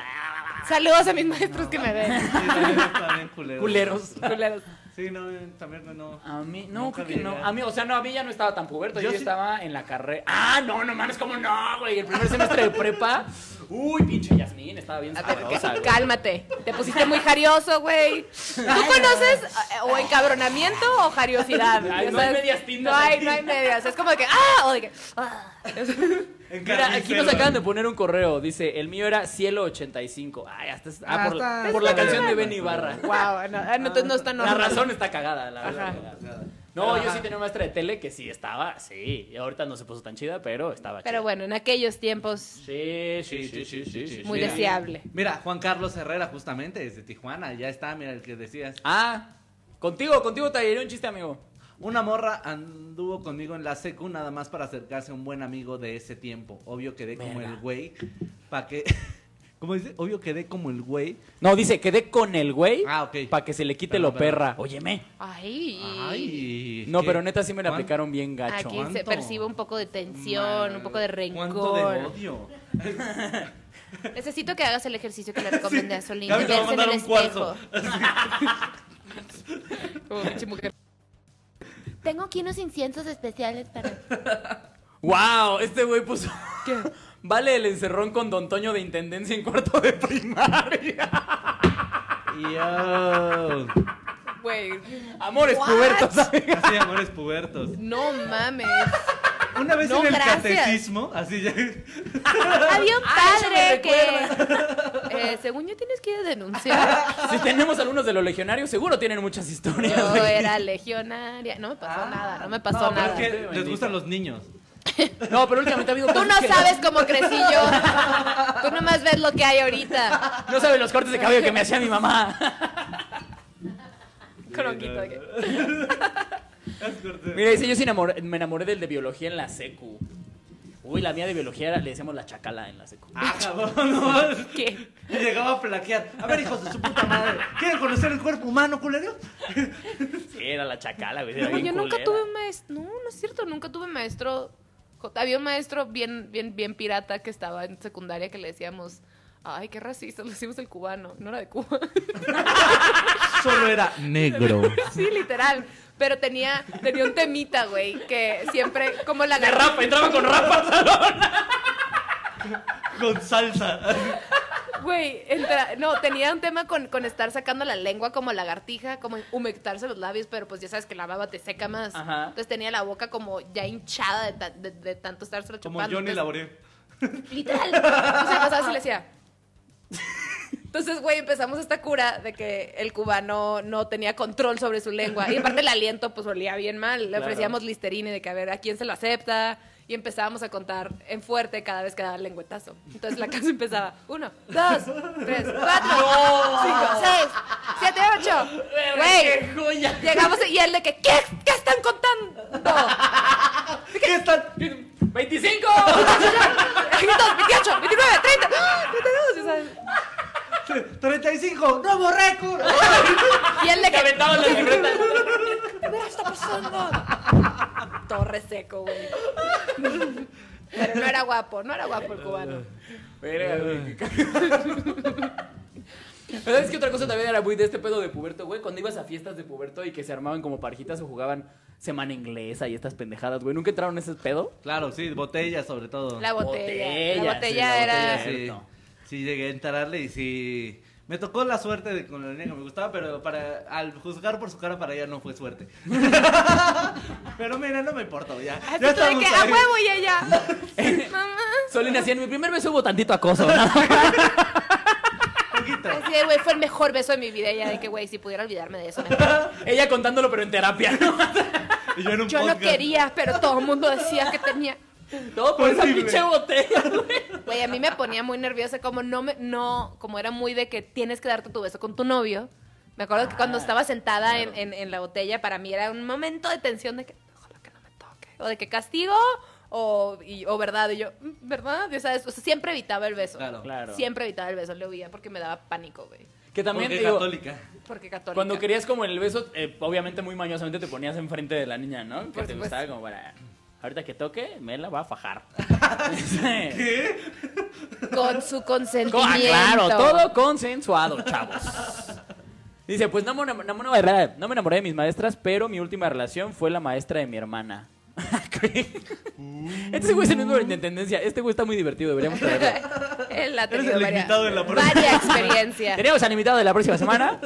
Speaker 3: Saludos a mis maestros que me ven.
Speaker 2: Sí, también, también culeros.
Speaker 1: culeros.
Speaker 3: Culeros.
Speaker 2: Sí, no, también no.
Speaker 1: A mí, no,
Speaker 2: Nunca
Speaker 1: creo que no.
Speaker 2: llegué.
Speaker 1: A mí, o sea, no, a mí ya no estaba tan puberto. Yo,
Speaker 2: Yo sí.
Speaker 1: estaba en la carrera. Ah, no, no mames, ¿cómo no, güey? El primer semestre de prepa. Uy, pinche Yasmín, estaba bien
Speaker 3: A ver,
Speaker 1: sabrosa, güey.
Speaker 3: cálmate. Te pusiste muy jarioso, güey. ¿Tú conoces eh, o encabronamiento o jariosidad?
Speaker 1: Ay,
Speaker 3: Ya
Speaker 1: no hay
Speaker 3: sabes,
Speaker 1: medias tintas
Speaker 3: No hay,
Speaker 1: aquí.
Speaker 3: no hay medias. Es como de que, ah, o de que, ah.
Speaker 1: Mira, aquí nos acaban de poner un correo. Dice, el mío era Cielo85. Ay, hasta. es- ah,
Speaker 2: Ah,
Speaker 1: por, la-
Speaker 2: está-
Speaker 1: por la
Speaker 2: está
Speaker 1: canción de
Speaker 2: bien.
Speaker 1: Benny Barra.
Speaker 3: Wow, no, ah, no, entonces no está
Speaker 1: La
Speaker 3: normal.
Speaker 1: razón está cagada, la verdad.
Speaker 3: Ajá.
Speaker 1: cagada. No, yo sí tenía una maestra de tele que sí estaba, sí. Y ahorita no se puso tan chida, pero estaba chida.
Speaker 3: Pero bueno, en aquellos tiempos,
Speaker 1: Sí, sí, sí, sí, sí, sí,
Speaker 3: muy
Speaker 1: sí.
Speaker 3: deseable.
Speaker 2: Mira, Juan Carlos Herrera justamente desde Tijuana, ya está, mira el que decías.
Speaker 1: Ah, contigo, contigo te diré un chiste, amigo.
Speaker 2: Una morra anduvo conmigo en la secu nada más para acercarse a un buen amigo de ese tiempo. Obvio quedé como
Speaker 1: Verga.
Speaker 2: el güey, pa' que ¿Cómo dice? Obvio quedé como el güey.
Speaker 1: No, dice, quedé con el güey
Speaker 2: Ah, ok.
Speaker 1: para que se le quite
Speaker 2: Perdón,
Speaker 1: lo
Speaker 2: perdón.
Speaker 1: perra. Óyeme.
Speaker 3: Ay.
Speaker 2: Ay.
Speaker 1: No,
Speaker 2: ¿qué?
Speaker 1: pero neta sí me la
Speaker 2: ¿Cuán-
Speaker 1: aplicaron bien gacho.
Speaker 3: Aquí se
Speaker 2: ¿Cuánto?
Speaker 3: percibe un poco de tensión, un poco de
Speaker 2: ¿Cuánto de
Speaker 3: rencor.
Speaker 2: odio?
Speaker 3: Necesito que hagas el ejercicio que le recomendé a Solín.
Speaker 2: Gaby te va a
Speaker 3: Verse en
Speaker 2: mandar
Speaker 3: el
Speaker 2: un cuarzo.
Speaker 3: espejo. Como pinche mujer.
Speaker 6: Tengo aquí unos inciensos especiales para...
Speaker 1: ¡Wow! Este güey puso. Vale el encerrón con Don Toño de Intendencia en cuarto de primaria.
Speaker 2: Yo.
Speaker 3: Güey,
Speaker 1: Amores
Speaker 3: What?
Speaker 1: pubertos. amiga.
Speaker 2: Así, amores pubertos.
Speaker 3: no mames.
Speaker 2: Una vez
Speaker 3: No,
Speaker 2: en el
Speaker 3: gracias.
Speaker 2: catecismo, así ya.
Speaker 3: Había un padre
Speaker 1: eso
Speaker 3: que, eh, según yo, tienes que ir a denunciar.
Speaker 1: Si tenemos alumnos de los legionarios, seguro tienen muchas historias.
Speaker 3: Yo era legionaria. No me pasó nada, no me pasó
Speaker 2: Ah. No, pero es
Speaker 3: nada.
Speaker 2: que
Speaker 1: Bendito.
Speaker 2: les gustan los niños.
Speaker 1: No, pero últimamente ha habido
Speaker 3: Tú no
Speaker 1: casos que-
Speaker 3: sabes cómo crecí yo. Tú nomás ves lo que hay ahorita.
Speaker 1: No sabes los cortes de cabello que me hacía mi mamá.
Speaker 3: Cronquito. de que-
Speaker 1: Mira, dice, yo sí enamor- me enamoré del de biología en la secu. Uy, la mía de biología era- le decíamos la chacala en la secu.
Speaker 2: Ah, cabrón, no.
Speaker 3: ¿Qué?
Speaker 2: Y llegaba a flaquear. A ver, hijos de su puta madre. ¿Quieren conocer el cuerpo humano, culeros?
Speaker 1: Sí, era la chacala, güey. era
Speaker 3: No,
Speaker 1: bien
Speaker 3: yo nunca
Speaker 1: culera.
Speaker 3: tuve un maestro. No, no es cierto, nunca tuve maestro. jo- Había un maestro bien, bien, bien pirata que estaba en secundaria que le decíamos, ay, qué racista, le decimos el cubano, no era de Cuba.
Speaker 2: Solo era negro.
Speaker 3: sí, literal. Pero tenía, tenía un temita, güey, que siempre, como la
Speaker 1: De rapa, entraba con rapa.
Speaker 2: Con salsa.
Speaker 3: Güey, entra- no, tenía un tema con, con estar sacando la lengua como lagartija, como humectarse los labios, pero pues ya sabes que la baba te seca más.
Speaker 1: Ajá.
Speaker 3: Entonces tenía la boca como ya hinchada de, ta- de- de tanto estarse
Speaker 2: Como Johnny Laboré.
Speaker 3: Literal. O sea, pasaba así y le decía. Entonces, güey, empezamos esta cura de que el cubano no tenía control sobre su lengua. Y aparte el aliento, pues, olía bien mal. Le
Speaker 1: Claro.
Speaker 3: ofrecíamos listerine de que a ver a quién se lo acepta. Y empezábamos a contar en fuerte cada vez que daba el lengüetazo. Entonces la clase empezaba. Uno, dos, tres, cuatro, cinco, seis, siete, ocho. Güey,
Speaker 1: joya!
Speaker 3: llegamos y él de que, ¿qué, qué están contando?
Speaker 2: ¿Qué están?
Speaker 1: ¡25!
Speaker 3: 22, 28, 29, 30, ¡ah! 32, o sea,
Speaker 2: 35. ¡Nuevo récord!
Speaker 3: Y él le
Speaker 1: Te aventaban las libretas.
Speaker 3: Mira esta persona. Torre seco, güey. Pero no era guapo, no era guapo el cubano.
Speaker 1: Verga, güey. ¿Sabes qué otra cosa también era muy de este pedo de puberto, güey? Cuando ibas a fiestas de puberto y que se armaban como parejitas o jugaban semana inglesa y estas pendejadas, güey. ¿Nunca entraron en ese pedo?
Speaker 2: Claro, sí, botellas sobre todo.
Speaker 3: La botella.
Speaker 1: Botella, sí,
Speaker 3: la botella
Speaker 1: la
Speaker 3: era.
Speaker 1: botella.
Speaker 2: Sí,
Speaker 1: Cierto.
Speaker 2: sí, llegué a entrarle y sí. Me tocó la suerte de con la niña que me gustaba, pero para al juzgar por su cara para ella no fue suerte. pero mira, no me importa, ya.
Speaker 3: Así
Speaker 2: ya
Speaker 3: tú de
Speaker 2: estamos
Speaker 3: que a
Speaker 2: ahí.
Speaker 3: huevo y ella. Mamá.
Speaker 1: Solina, sí, en mi primer beso hubo tantito acoso, nada más.
Speaker 2: Poquito.
Speaker 3: Así de, güey, fue el mejor beso de mi vida. Ella de que, güey, si pudiera olvidarme de eso. mejor.
Speaker 1: Ella contándolo, pero en terapia, ¿no?
Speaker 2: Y yo en un
Speaker 3: Yo no
Speaker 2: podcast.
Speaker 3: quería, pero todo el mundo decía que tenía.
Speaker 1: Todo por esa
Speaker 2: Horrible.
Speaker 1: pinche botella, güey.
Speaker 3: Güey, a mí me ponía muy nerviosa, como no me, no, como era muy de que tienes que darte tu beso con tu novio. Me acuerdo que cuando estaba sentada en, en- en la botella, para mí era un momento de tensión de que, ojalá que no me toque. O de que castigo, o, y- o verdad. Y yo, "Mm, ¿verdad? Y, ¿sabes? O sea, siempre evitaba el beso.
Speaker 2: Claro.
Speaker 1: Claro.
Speaker 3: Siempre evitaba el beso, le huía porque me daba pánico, güey.
Speaker 1: Que también,
Speaker 2: Porque
Speaker 1: digo,
Speaker 2: católica.
Speaker 3: Porque católica.
Speaker 1: cuando querías como el beso, eh, obviamente muy mañosamente te ponías enfrente de la niña, ¿no? Que
Speaker 3: Por
Speaker 1: te
Speaker 3: supuesto.
Speaker 1: gustaba como para... Ahorita que toque, me la va a fajar.
Speaker 3: Con su
Speaker 1: Co- ah,
Speaker 3: consentimiento.
Speaker 1: claro, todo consensuado, chavos. Dice, pues no me, enam- no me enamoré- no me enamoré de mis maestras, pero mi última relación fue la maestra de mi hermana. este güey es el mismo de tendencia. Este güey está muy divertido, deberíamos traerlo.
Speaker 3: Él ha
Speaker 2: Eres
Speaker 3: tenido
Speaker 2: el
Speaker 3: varias-
Speaker 2: invitado de la próxima.
Speaker 3: varias experiencias.
Speaker 1: Tenemos al invitado de la próxima semana.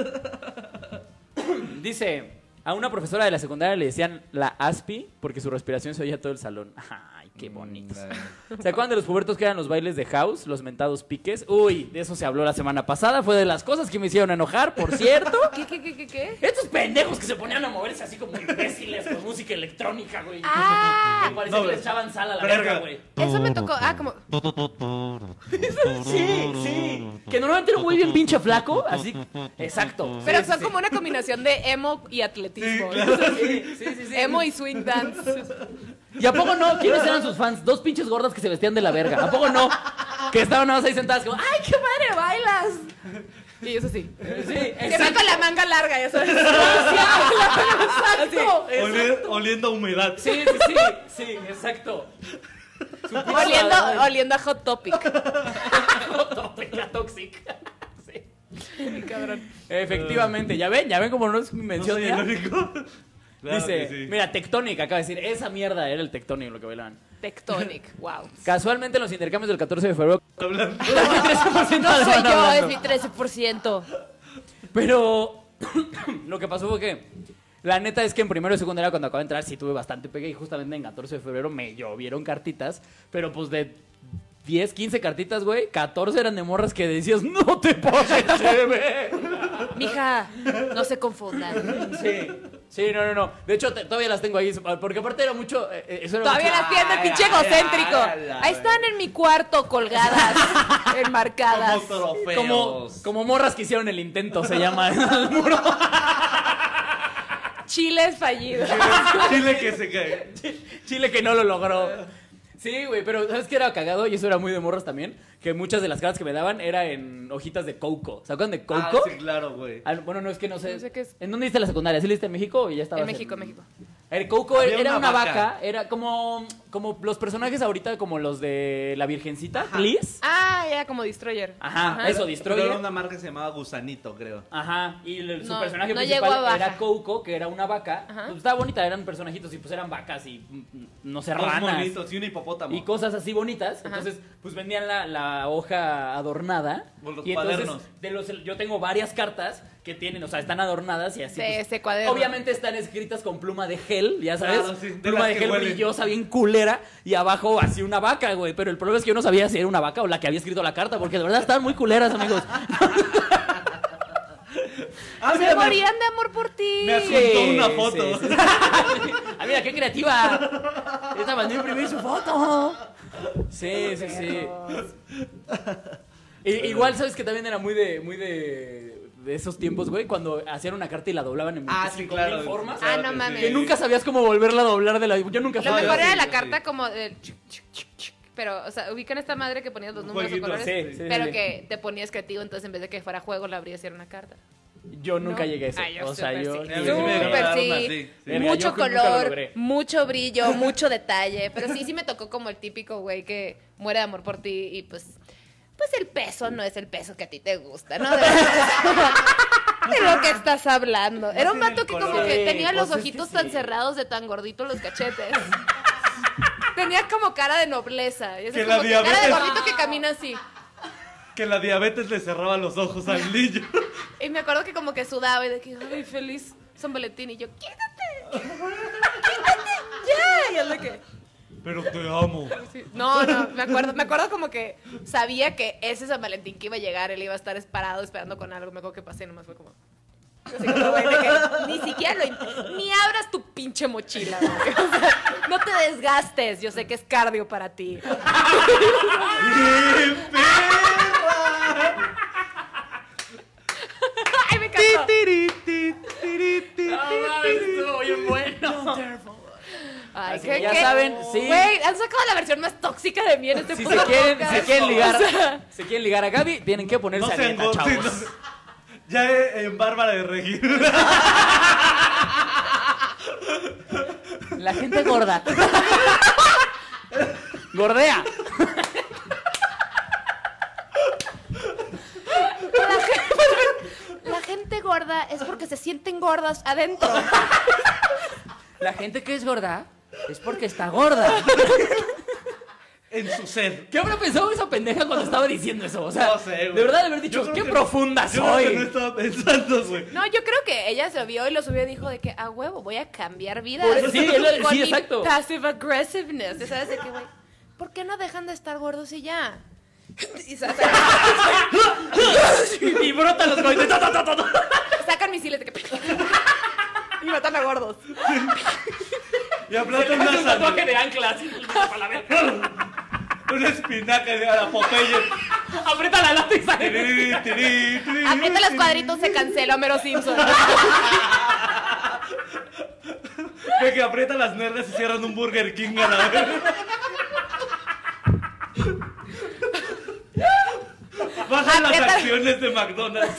Speaker 1: Dice, a una profesora de la secundaria le decían la Aspi porque su respiración se oía a todo el salón. Ay, qué bonito. ¿Se acuerdan de los pubertos que eran los bailes de house, los mentados piques? Uy, de eso se habló la semana pasada. Fue de las cosas que me hicieron enojar, por cierto.
Speaker 3: ¿Qué, qué, qué, qué, qué?
Speaker 1: Estos pendejos que se ponían a moverse así como imbéciles con música electrónica, güey.
Speaker 3: ¡Ah!
Speaker 1: Que parecía
Speaker 2: No,
Speaker 1: que le
Speaker 2: güey.
Speaker 1: echaban sal a la
Speaker 2: Verga.
Speaker 1: verga, güey.
Speaker 3: Eso me tocó. Ah, como.
Speaker 1: Sí, sí. Que normalmente era un güey bien pinche flaco, así. Exacto.
Speaker 3: Pero
Speaker 1: Sí,
Speaker 3: son
Speaker 1: sí,
Speaker 3: como una combinación de emo y atletismo.
Speaker 1: Sí, sí, sí, sí.
Speaker 3: Emo y swing dance.
Speaker 1: ¿Y a poco no? ¿Quiénes eran sus fans? Dos pinches gordas que se vestían de la verga. ¿A poco no? Que estaban nada más ahí sentadas como, "Ah, ¡ay, qué
Speaker 3: ¡Madre, bailas! Y eso sí.
Speaker 1: madre! Sí,
Speaker 3: Siempre
Speaker 1: exacto.
Speaker 3: con la manga larga, ya sabes. Exacto.
Speaker 2: Oli- oliendo a humedad.
Speaker 1: Sí, sí, sí, sí, exacto. Su pinche
Speaker 3: Oliendo,
Speaker 1: madre.
Speaker 3: oliendo a Hot Topic.
Speaker 1: Tópica tóxica. Sí. Efectivamente, ya ven, ya ven como no es mi
Speaker 2: No
Speaker 1: mención.
Speaker 2: soy
Speaker 1: ya?
Speaker 2: el único. Claro
Speaker 1: Dice,
Speaker 2: que sí.
Speaker 1: mira, Tectónica acaba de decir, esa mierda era el Tectónico lo que bailaban.
Speaker 3: Tectonic. Wow.
Speaker 1: Casualmente en los intercambios del 14 de febrero.
Speaker 2: Hablando.
Speaker 3: No
Speaker 1: no
Speaker 3: soy yo, es mi 13%.
Speaker 1: Pero lo que pasó fue que la neta es que en primero y secundaria cuando acabo de entrar sí tuve bastante pegue y justamente en 14 de febrero me llovieron cartitas, pero pues de 10, 15 cartitas, güey, 14 eran de morras que decías, "No te pases, chévere".
Speaker 3: Mija, no se confundan.
Speaker 1: Sí. Sí, no, no, no. De hecho, te- todavía las tengo ahí. Porque aparte era mucho. eh, eh, eso era
Speaker 5: Todavía
Speaker 1: mucho-
Speaker 5: las tiene el pinche egocéntrico. Ahí están en mi cuarto colgadas, enmarcadas.
Speaker 2: Como trofeos.
Speaker 1: Como, como morras que hicieron el intento, se llama. el muro.
Speaker 5: Chiles fallidos.
Speaker 2: Chile que se cae.
Speaker 1: Chile que no lo logró. Sí, güey, pero ¿sabes qué era cagado? Y eso era muy de morras también. Que muchas de las caras que me daban era en hojitas de coco. ¿Se acuerdan de coco?
Speaker 2: Ah, sí, claro, güey.
Speaker 1: Ah, bueno, no es que no sé.
Speaker 5: No sé qué es.
Speaker 1: ¿En dónde diste la secundaria? ¿Sí la diste en México y ya estabas
Speaker 5: En México, México.
Speaker 1: El Coco
Speaker 2: Había
Speaker 1: era una,
Speaker 2: una
Speaker 1: vaca.
Speaker 2: vaca.
Speaker 1: era como, como los personajes ahorita, como los de la Virgencita, Liz.
Speaker 5: Ah, ya, como Destroyer.
Speaker 1: Ajá, eso,
Speaker 2: Pero era
Speaker 1: Destroyer.
Speaker 2: una marca que se llamaba Gusanito, creo.
Speaker 1: Ajá, y el- su
Speaker 5: No,
Speaker 1: personaje
Speaker 5: no llegó a
Speaker 1: principal
Speaker 5: baja.
Speaker 1: era Coco, que era una vaca.
Speaker 5: Ajá.
Speaker 1: Pues estaba bonita, eran personajitos y pues eran vacas y mm, no sé,
Speaker 2: Dos
Speaker 1: ranas.
Speaker 2: monitos y un hipopótamo.
Speaker 1: Y cosas así bonitas. Entonces, pues vendían la, la hoja adornada.
Speaker 2: Con los
Speaker 1: y entonces,
Speaker 2: cuadernos.
Speaker 1: de los, yo tengo varias cartas que tienen, o sea, están adornadas y así.
Speaker 5: De
Speaker 3: este
Speaker 1: pues,
Speaker 5: ese cuaderno.
Speaker 1: Obviamente están escritas con pluma de gel, ya sabes.
Speaker 2: Claro, sí, de
Speaker 1: pluma
Speaker 2: las
Speaker 1: de
Speaker 2: que
Speaker 1: gel
Speaker 2: huelen.
Speaker 1: brillosa, bien culera. Y abajo así una vaca, güey. Pero el problema es que yo no sabía si era una vaca o la que había escrito la carta, porque de verdad estaban muy culeras, amigos.
Speaker 2: Ah,
Speaker 5: Se
Speaker 2: mira, me-
Speaker 5: morían de amor por ti.
Speaker 2: Me asu- Juntó una foto.
Speaker 1: sí, sí. ah, mira, qué creativa. Esta mandó a imprimir su foto. Sí, sí, sí. I- igual, ¿sabes que también era muy de. Muy de... De esos tiempos, güey, cuando hacían una carta y la doblaban en
Speaker 2: Ah, sí,
Speaker 1: 25.000
Speaker 2: claro.
Speaker 1: formas.
Speaker 2: claro
Speaker 6: Ah, no
Speaker 2: que sí.
Speaker 6: mames.
Speaker 1: Que nunca sabías cómo volverla a doblar de la. Yo nunca
Speaker 3: Lo
Speaker 1: sabía.
Speaker 3: mejor
Speaker 2: sí,
Speaker 3: era
Speaker 2: sí.
Speaker 3: la carta como del chuc, chuc, chuc, chuc, pero, o sea, ubican esta madre que ponías los
Speaker 2: Un
Speaker 3: números o
Speaker 2: jueguito,
Speaker 3: colores,
Speaker 1: sí, sí,
Speaker 3: pero
Speaker 1: sí.
Speaker 3: que te ponías creativo, entonces en vez de que fuera juego la abrías y era una carta.
Speaker 1: Yo nunca
Speaker 3: No.
Speaker 1: llegué a eso.
Speaker 3: Ah, yo
Speaker 1: o sea,
Speaker 3: súper
Speaker 1: yo.
Speaker 3: sí.
Speaker 2: A mí sí me
Speaker 3: Súper
Speaker 2: regalaron
Speaker 3: sí.
Speaker 2: una, sí, sí.
Speaker 1: Verga, yo
Speaker 3: mucho
Speaker 1: que nunca lo
Speaker 3: color,
Speaker 1: logré.
Speaker 3: mucho brillo, mucho detalle, pero sí, sí me tocó como el típico güey que muere de amor por ti y pues... Pues el peso no es el peso que a ti te gusta, ¿no? De, de lo que estás hablando. Era un
Speaker 2: tiene
Speaker 3: vato que
Speaker 2: el
Speaker 3: como
Speaker 2: color.
Speaker 3: que
Speaker 1: Sí,
Speaker 3: tenía los
Speaker 1: pues es que
Speaker 3: ojitos tan
Speaker 1: sí.
Speaker 3: cerrados de tan gordito los cachetes. Tenía como cara de nobleza. y eso
Speaker 2: Que
Speaker 3: es
Speaker 2: la
Speaker 3: como cara de
Speaker 2: diabetes-
Speaker 3: gordito que camina así.
Speaker 2: Que la diabetes le cerraba los ojos al niño.
Speaker 3: Y me acuerdo que como que sudaba y de que, ay, feliz San Valentín. Y yo, quítate, quítate, ya. Y él de que,
Speaker 2: Pero te amo.
Speaker 3: sí. No, no, me acuerdo, me acuerdo como que sabía que ese San Valentín que iba a llegar, él iba a estar parado esperando con algo. Me acuerdo que pasé y nomás fue como... así como, güey, de que ni siquiera lo... in- Ni abras tu pinche mochila, güey. O sea, no te desgastes. Yo sé que es cardio para ti.
Speaker 2: ¡Qué perra!
Speaker 3: Ay, me encantó.
Speaker 1: No
Speaker 2: Ah,
Speaker 1: mames, estuvo bien bueno.
Speaker 3: Ay,
Speaker 1: Así
Speaker 3: ¿qué-
Speaker 1: que ya
Speaker 3: qué?
Speaker 1: saben, sí.
Speaker 3: Güey, han sacado la versión más tóxica de mí en este
Speaker 1: Si se
Speaker 3: puto
Speaker 1: quieren,
Speaker 3: podcast.
Speaker 1: si quieren ligar,
Speaker 3: O sea,
Speaker 1: si quieren ligar a Gaby, tienen que ponerse
Speaker 2: No
Speaker 1: a
Speaker 2: sean
Speaker 1: dieta,
Speaker 2: gordos.
Speaker 1: chavos.
Speaker 2: no se- Ya eh, en Bárbara de Regil.
Speaker 1: La gente gorda. Gordea.
Speaker 3: la gente gorda es porque se sienten gordas adentro.
Speaker 1: La gente que es gorda es porque está gorda.
Speaker 2: En su ser.
Speaker 1: ¿Qué habrá pensado esa pendeja cuando estaba diciendo eso? O sea,
Speaker 2: No sé, güey.
Speaker 1: de verdad de haber
Speaker 2: Yo
Speaker 1: dicho,
Speaker 2: creo
Speaker 1: qué
Speaker 2: que-
Speaker 1: profunda
Speaker 2: Yo creo que no
Speaker 1: soy.
Speaker 2: estaba pensando, güey.
Speaker 3: No, yo creo que ella se vio y lo subió y dijo de que, a huevo, voy a cambiar vida.
Speaker 1: Por eso, sí, él-
Speaker 3: con
Speaker 1: sí,
Speaker 3: mi
Speaker 1: exacto.
Speaker 3: passive aggressiveness. Ya ¿Sabes de qué, güey? ¿Por qué no dejan de estar gordos y ya? Y sa- sa-
Speaker 1: y brotan los cohetes. Ta, ta, ta, ta, ta.
Speaker 3: sacan misiles de que... y matan a gordos.
Speaker 2: Y aplasta
Speaker 1: Hace
Speaker 2: una
Speaker 1: un tatuaje
Speaker 2: sandía.
Speaker 1: de anclas. Para la verga.
Speaker 2: Una espinaca de la Popeye.
Speaker 1: Aprieta la lata y sale.
Speaker 2: Tiri, tiri, tiri,
Speaker 3: Aprieta los
Speaker 2: tiri.
Speaker 3: cuadritos, se cancela Homero Simpson.
Speaker 2: Ve que aprieta las nerdas y cierran un Burger King a la vez. Bajan las
Speaker 3: Aprieta-
Speaker 2: acciones de McDonald's.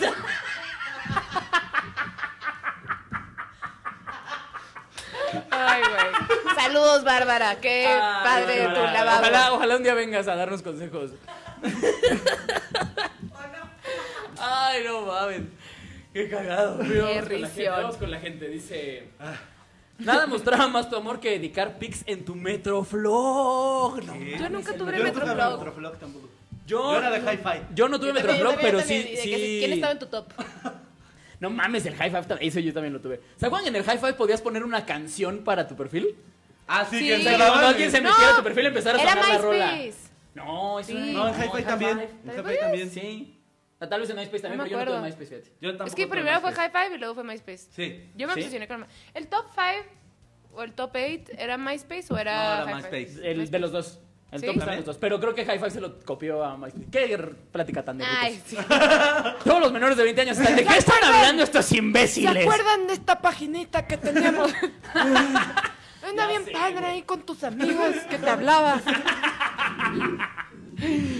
Speaker 3: Ay, güey. Saludos, Bárbara. Qué
Speaker 1: Ay,
Speaker 3: padre tu
Speaker 1: ojalá,
Speaker 3: lavabo.
Speaker 1: Ojalá, ojalá un día vengas a darnos consejos. Ay, no mames. Qué cagado. güey. Vamos con la gente,
Speaker 3: risión.
Speaker 1: vamos con la gente. Dice. "Ah, Nada mostraba más tu amor que dedicar pics en tu Metroflog. No,
Speaker 3: Yo nunca
Speaker 2: Yo no
Speaker 3: tuve
Speaker 2: tuve
Speaker 3: Metroflog.
Speaker 2: Metroflog tampoco.
Speaker 1: yo,
Speaker 2: Yo era de Hi-Fi.
Speaker 1: yo no tuve
Speaker 3: Yo también, yo
Speaker 1: Metroflog,
Speaker 3: también,
Speaker 1: pero
Speaker 3: yo también,
Speaker 1: sí.
Speaker 3: de que
Speaker 1: sí.
Speaker 3: ¿Quién estaba en tu top?
Speaker 1: No mames, el High Five también. Eso yo también lo tuve. ¿Sabes cuando en el High Five podías poner una canción para tu perfil?
Speaker 2: Ah, sí,
Speaker 3: Sí.
Speaker 2: que
Speaker 1: O
Speaker 2: se
Speaker 1: sea, que
Speaker 2: grababan,
Speaker 1: cuando alguien se
Speaker 2: güey.
Speaker 1: metiera a tu perfil empezara a
Speaker 3: Era
Speaker 1: sonar la rola.
Speaker 3: MySpace.
Speaker 1: No, eso
Speaker 3: Sí.
Speaker 1: era-
Speaker 2: No, en Hi-Fi también.
Speaker 1: Five.
Speaker 2: En Hi-Fi también.
Speaker 1: Sí. sea, tal vez en MySpace también,
Speaker 3: No me
Speaker 1: pero yo no tuve
Speaker 3: acuerdo.
Speaker 1: MySpace, fíjate.
Speaker 2: Yo tampoco
Speaker 3: Es que
Speaker 2: tuve
Speaker 3: primero fue
Speaker 2: MySpace.
Speaker 3: High Five y luego fue MySpace.
Speaker 2: Sí.
Speaker 3: Yo me
Speaker 1: ¿Sí?
Speaker 3: obsesioné con... ¿El top 5 o el top 8 era MySpace o
Speaker 2: No,
Speaker 3: era
Speaker 2: era
Speaker 3: High Five?
Speaker 2: MySpace.
Speaker 1: El de los dos. El
Speaker 3: ¿Sí?
Speaker 1: top está en
Speaker 2: ¿También?
Speaker 1: los dos. Pero creo que Hi-Fi se lo copió a MySpace. ¿Qué r- plática tan de
Speaker 3: Ay,
Speaker 1: brutos?
Speaker 3: sí.
Speaker 1: Todos los menores de 20 años están de ¿qué están hablando estos
Speaker 3: ¿Se
Speaker 1: imbéciles?
Speaker 3: acuerdan de esta paginita que teníamos? Anda
Speaker 1: Ya
Speaker 3: bien
Speaker 1: sé,
Speaker 3: padre
Speaker 1: güey.
Speaker 3: ahí con tus amigos que te hablabas.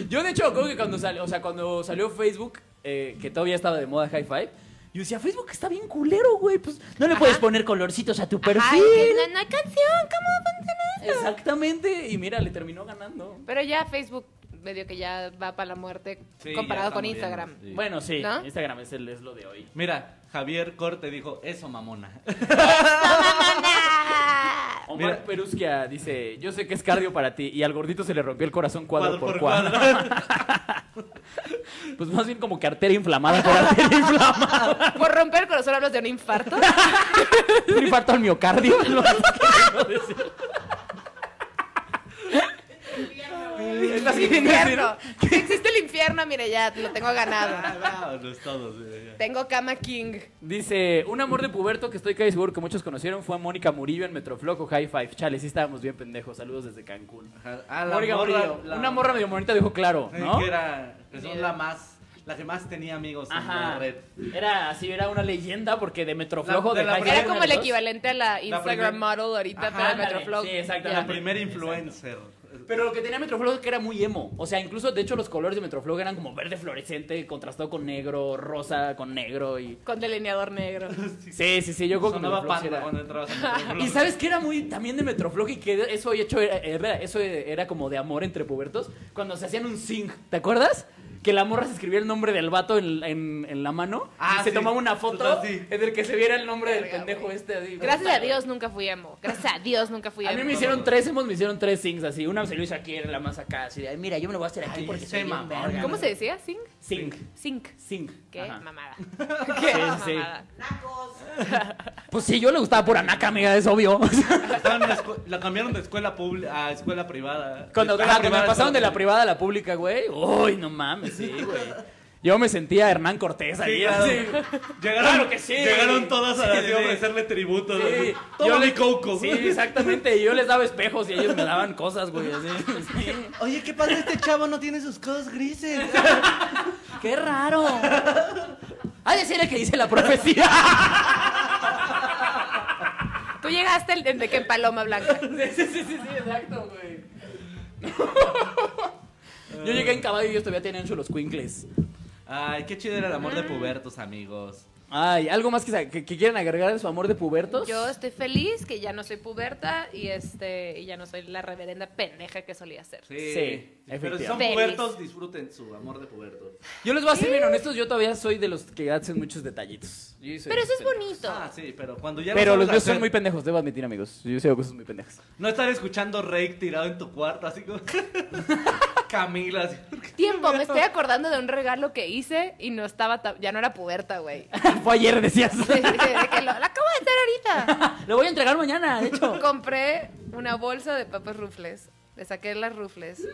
Speaker 1: Yo de hecho creo que cuando salió, o sea, cuando salió Facebook, eh, que todavía estaba de moda Hi-Fi, yo decía, Facebook está bien culero, güey. Pues no le puedes poner colorcitos a tu
Speaker 6: Ay,
Speaker 1: perfil.
Speaker 6: que no, no hay canción, ¿cómo funciona esto?
Speaker 1: Exactamente. Y mira, le terminó ganando.
Speaker 3: Pero ya Facebook medio que ya va para la muerte
Speaker 2: Sí, ya
Speaker 3: comparado
Speaker 2: está
Speaker 3: con
Speaker 2: muriendo,
Speaker 3: Instagram.
Speaker 2: sí.
Speaker 1: Bueno, sí,
Speaker 3: ¿No?
Speaker 1: Instagram es, el, es lo de hoy.
Speaker 2: Mira, Javier Corte dijo, eso mamona.
Speaker 6: mamona!
Speaker 1: Omar
Speaker 2: Mira.
Speaker 1: Perusquia dice, yo sé que es cardio para ti y al gordito se le rompió el corazón cuadro, por, cuadro. Pues más bien como que arteria inflamada por arteria inflamada.
Speaker 3: Por romper el corazón hablas de un infarto.
Speaker 1: Un infarto al miocardio. es lo que quiero decir. Estás queriendo decir-
Speaker 3: infierno. Si existe el infierno, mire, ya lo tengo ganado.
Speaker 2: Vámonos todos. eh, ya.
Speaker 3: Tengo cama king.
Speaker 1: Dice, un amor de puberto que estoy casi seguro que muchos conocieron fue a Mónica Murillo en Metrofloc o High Five. Chale, sí estábamos bien pendejos. Saludos desde Cancún.
Speaker 2: Ajá. Ah, la
Speaker 1: Mónica
Speaker 2: morra-
Speaker 1: Murillo.
Speaker 2: la-
Speaker 1: Una morra medio bonita dijo claro,
Speaker 2: Sí,
Speaker 1: ¿no?
Speaker 2: Que era, que son la más, la que más tenía amigos en la
Speaker 1: Ajá.
Speaker 2: red.
Speaker 1: Era así, era una leyenda porque de Metroflojo
Speaker 2: La- de
Speaker 1: de,
Speaker 2: la
Speaker 1: High
Speaker 2: primera-
Speaker 1: Five
Speaker 3: Era como el equivalente a la Instagram
Speaker 2: primer-
Speaker 3: model ahorita
Speaker 2: Ajá,
Speaker 3: para
Speaker 1: ándale,
Speaker 3: Metroflog.
Speaker 1: sí, exacto,
Speaker 3: Ya.
Speaker 2: La primera influencer.
Speaker 1: Pero lo que tenía Metroflog que era muy emo. O sea, incluso de hecho los colores de Metroflog eran como verde fluorescente contrastado con negro, rosa con negro y
Speaker 3: Con delineador negro.
Speaker 1: Sí, sí, sí, yo creo que
Speaker 2: Sonaba
Speaker 1: Metroflog sí
Speaker 2: panda
Speaker 1: era-
Speaker 2: cuando entrabas en
Speaker 1: Y sabes que era muy también de Metroflog y que eso hecho era, era- eso era como de amor entre pubertos cuando se hacían un zinc, ¿te acuerdas? Que la morra se escribía el nombre del vato en, en- en la mano
Speaker 2: Ah,
Speaker 1: y se
Speaker 2: sí.
Speaker 1: tomaba una foto
Speaker 2: Sí.
Speaker 1: en el que se viera el nombre del
Speaker 3: Verga,
Speaker 1: pendejo
Speaker 3: güey.
Speaker 1: este. así.
Speaker 3: Gracias a Dios nunca fui emo. Gracias a Dios nunca fui
Speaker 1: A
Speaker 3: emo.
Speaker 1: mí me hicieron tres hemos, me hicieron tres things así. Una se lo hizo aquí, era la más acá, así de, "Ay, mira, yo me lo voy a hacer aquí
Speaker 2: Ay,
Speaker 1: porque
Speaker 2: ese
Speaker 1: soy bien
Speaker 2: mamón.
Speaker 1: verga".
Speaker 3: ¿Cómo se decía? ¿Sing?
Speaker 1: Zinc.
Speaker 3: Sync.
Speaker 1: Zinc.
Speaker 3: Qué
Speaker 1: Ajá.
Speaker 3: mamada.
Speaker 1: Sí,
Speaker 3: Qué
Speaker 1: sí.
Speaker 3: mamada.
Speaker 1: Pues sí, yo le gustaba pura naca, amiga, es obvio.
Speaker 2: Estaban en la, escu- la cambiaron de escuela pública a escuela privada.
Speaker 1: Cuando, ajá, cuando
Speaker 2: De escuela
Speaker 1: me
Speaker 2: privada a
Speaker 1: pasaron de la
Speaker 2: escuela
Speaker 1: privada a la pública, güey. Uy, no mames, sí, güey. Yo me sentía Hernán Cortés ahí. así.
Speaker 2: Sí, claro. Llegaron,
Speaker 1: Claro que sí.
Speaker 2: Llegaron todas a, así a ofrecerle tributo.
Speaker 1: Sí,
Speaker 2: Yo
Speaker 1: les-
Speaker 2: le coco.
Speaker 1: Sí, exactamente. Y yo les daba espejos y ellos me daban cosas, güey. así. Sí.
Speaker 2: Oye, qué padre este chavo no tiene sus codos grises.
Speaker 1: ¡Qué raro! Ha de ser el que dice la profecía.
Speaker 3: Tú llegaste el- desde que en Paloma Blanca.
Speaker 1: Sí, sí, sí, sí, sí, exacto, güey. Yo llegué en caballo y ellos todavía tenían los cuincles.
Speaker 2: Ay, qué chido era el amor de pubertos, amigos.
Speaker 1: Ay, ¿algo más que, sa- que, que quieran agregar de su amor de pubertos?
Speaker 3: Yo estoy feliz que ya no soy puberta y este y ya no soy la reverenda pendeja que solía ser.
Speaker 2: Sí,
Speaker 1: Sí,
Speaker 2: Pero si son
Speaker 3: efectivamente.
Speaker 2: pubertos, disfruten su amor de pubertos.
Speaker 1: Yo les voy a ser bien honestos, yo todavía soy de los que hacen muchos detallitos. Yo soy
Speaker 6: Pero eso es
Speaker 1: pendejo.
Speaker 6: bonito.
Speaker 2: Ah, sí, pero cuando ya
Speaker 1: Pero
Speaker 2: sabes
Speaker 1: los míos son
Speaker 2: hacer-
Speaker 1: muy pendejos, debo admitir, amigos. Yo sé cosas muy pendejas.
Speaker 2: No estar escuchando Rake tirado en tu cuarto, así como. Camila, así.
Speaker 3: Tiempo, me estoy acordando de un regalo que hice y no estaba, ta- ya no era puberta, güey.
Speaker 1: Fue ayer, decías.
Speaker 3: De que lo, lo acabo de hacer ahorita.
Speaker 1: Lo voy a entregar mañana, de hecho.
Speaker 3: Compré una bolsa de papas rufles. Le saqué las rufles.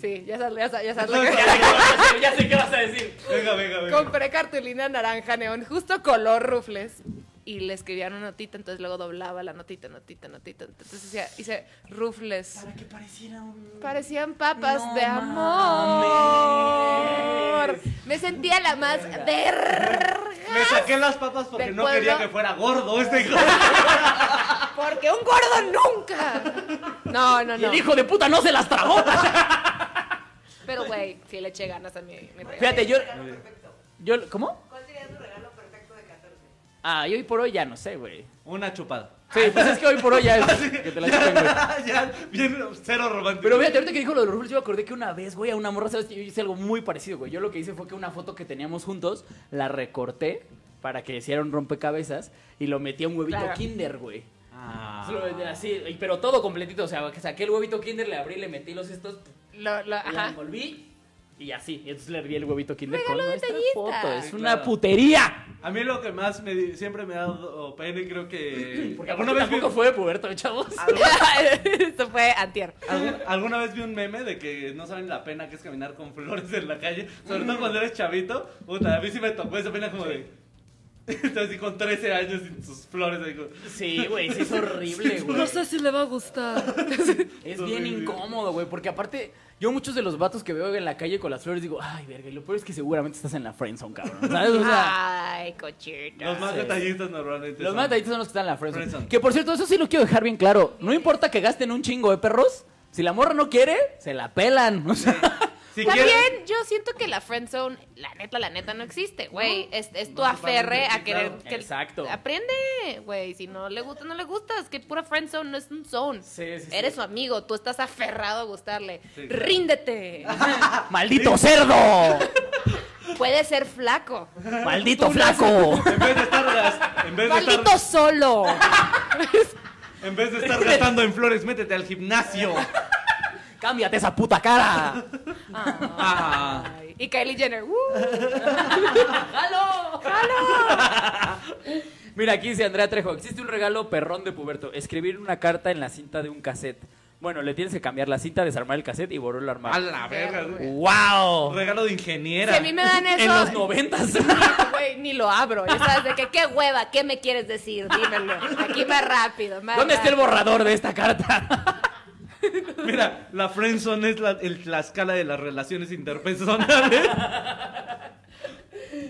Speaker 3: Sí, ya sabes, ya sabes, ya sabes lo que-
Speaker 1: ya sé qué vas a decir.
Speaker 2: Venga, venga, venga.
Speaker 3: Compré cartulina naranja neón, justo color rufles. Y le escribían una notita, entonces luego doblaba la notita, notita, notita. Entonces decía, hice rufles.
Speaker 1: Que pareciera un...
Speaker 3: Parecían papas
Speaker 1: No
Speaker 3: de amor.
Speaker 1: mames.
Speaker 3: Me sentía la más verga.
Speaker 2: Me saqué las papas porque
Speaker 3: Del
Speaker 2: no quería
Speaker 3: pueblo.
Speaker 2: que fuera gordo este hijo.
Speaker 3: Porque un gordo nunca. No, no,
Speaker 1: Y
Speaker 3: no.
Speaker 1: el hijo de puta no se las tragó.
Speaker 3: Pero, güey, sí le eché ganas a mi, mi regalo.
Speaker 1: Fíjate, yo... yo ¿Cómo? ¿Cuál sería tu regalo perfecto de 14? Ah, y hoy por hoy ya no sé, güey.
Speaker 2: Una chupada.
Speaker 1: Sí, pues es que hoy por hoy ya es que te la chupen, güey.
Speaker 2: ya, bien cero romántico.
Speaker 1: Pero fíjate, ahorita que dijo lo de los rulos, yo me acordé que una vez, güey, a una morra, ¿sabes? Yo hice algo muy parecido, güey. Yo lo que hice fue que una foto que teníamos juntos, la recorté para que hiciera un rompecabezas y lo metí a un huevito
Speaker 3: Claro.
Speaker 1: kinder, güey.
Speaker 2: Ah.
Speaker 1: Se lo metí Así, y- pero todo completito, o sea, que saqué el huevito kinder, le abrí, le metí los estos,
Speaker 3: Lo- lo-
Speaker 1: la
Speaker 3: ajá.
Speaker 1: envolví Y así, y entonces le di el huevito Kinder con
Speaker 3: Regalo
Speaker 1: nuestra
Speaker 3: detallista.
Speaker 1: foto. Es
Speaker 2: Sí,
Speaker 1: una
Speaker 2: claro.
Speaker 1: putería.
Speaker 2: A mí lo que más me, di- siempre me ha dado pena y creo que...
Speaker 1: Porque
Speaker 2: ¿Alguna
Speaker 1: alguna
Speaker 2: vez, vi,
Speaker 1: tampoco fue de puberto, chavos.
Speaker 3: Esto fue antier.
Speaker 2: algún- alguna vez vi un meme de que no saben la pena que es caminar con flores en la calle? Sobre todo cuando eres chavito. Puta, a mí sí me tocó esa pena como de... Estás así con 13 años sin sus flores. ahí como-
Speaker 1: Sí, güey, sí es horrible, güey.
Speaker 7: si le va a gustar.
Speaker 1: Es bien incómodo, güey, porque aparte yo muchos de los vatos que veo en la calle con las flores digo, ay, verga, y lo peor es que seguramente estás en la friendzone, cabrón, ¿sabes? O sea,
Speaker 3: Ay, cochita.
Speaker 2: Los más
Speaker 1: Sí.
Speaker 2: detallistas normalmente
Speaker 1: los
Speaker 2: son-
Speaker 1: más detallitos son los que están en la friendzone.
Speaker 2: Friendzone.
Speaker 1: Que por cierto, eso sí lo quiero dejar bien claro, no importa que gasten un chingo de perros, si la morra no quiere, se la pelan, o sea,
Speaker 2: Si
Speaker 3: También
Speaker 2: quieres-
Speaker 3: yo siento que la friendzone, la neta, la neta no existe, güey. Es, es tu
Speaker 2: Básicamente,
Speaker 3: aferre
Speaker 2: sí,
Speaker 3: a querer
Speaker 2: claro.
Speaker 3: que
Speaker 1: Exacto.
Speaker 3: aprende, güey. Si no le gusta, no le gusta. Es que pura friendzone no es un zone.
Speaker 1: Sí, sí, sí.
Speaker 3: Eres su amigo, tú estás aferrado a gustarle.
Speaker 2: Sí, claro.
Speaker 3: Ríndete.
Speaker 1: maldito cerdo,
Speaker 3: Puedes ser flaco.
Speaker 1: maldito flaco.
Speaker 2: En vez de estar, gas- en vez de estar-
Speaker 3: Maldito solo.
Speaker 2: en vez de estar gastando en flores, métete al gimnasio.
Speaker 1: Cámbiate esa puta cara.
Speaker 2: Ah.
Speaker 3: Ay, Y Kylie Jenner. ¡uh! ¡Jalo! ¡Jalo!
Speaker 1: Mira, aquí dice Andrea Trejo, existe un regalo perrón de puberto, escribir una carta en la cinta de un cassette. Bueno, le tienes que cambiar la cinta, desarmar el cassette y volverlo a armar.
Speaker 2: A la verga, güey.
Speaker 1: ¡Wow!
Speaker 2: Regalo de ingeniera.
Speaker 3: Si a mí me dan eso.
Speaker 1: En los noventas.
Speaker 3: ni, güey, ni lo abro. Ya sabes, de que qué hueva, ¿qué me quieres decir? Dímelo. Aquí más rápido. Más
Speaker 1: ¿Dónde está el
Speaker 3: rápido.
Speaker 1: borrador de esta carta?
Speaker 2: Mira, la friendzone es la, el- la escala de las relaciones interpersonales.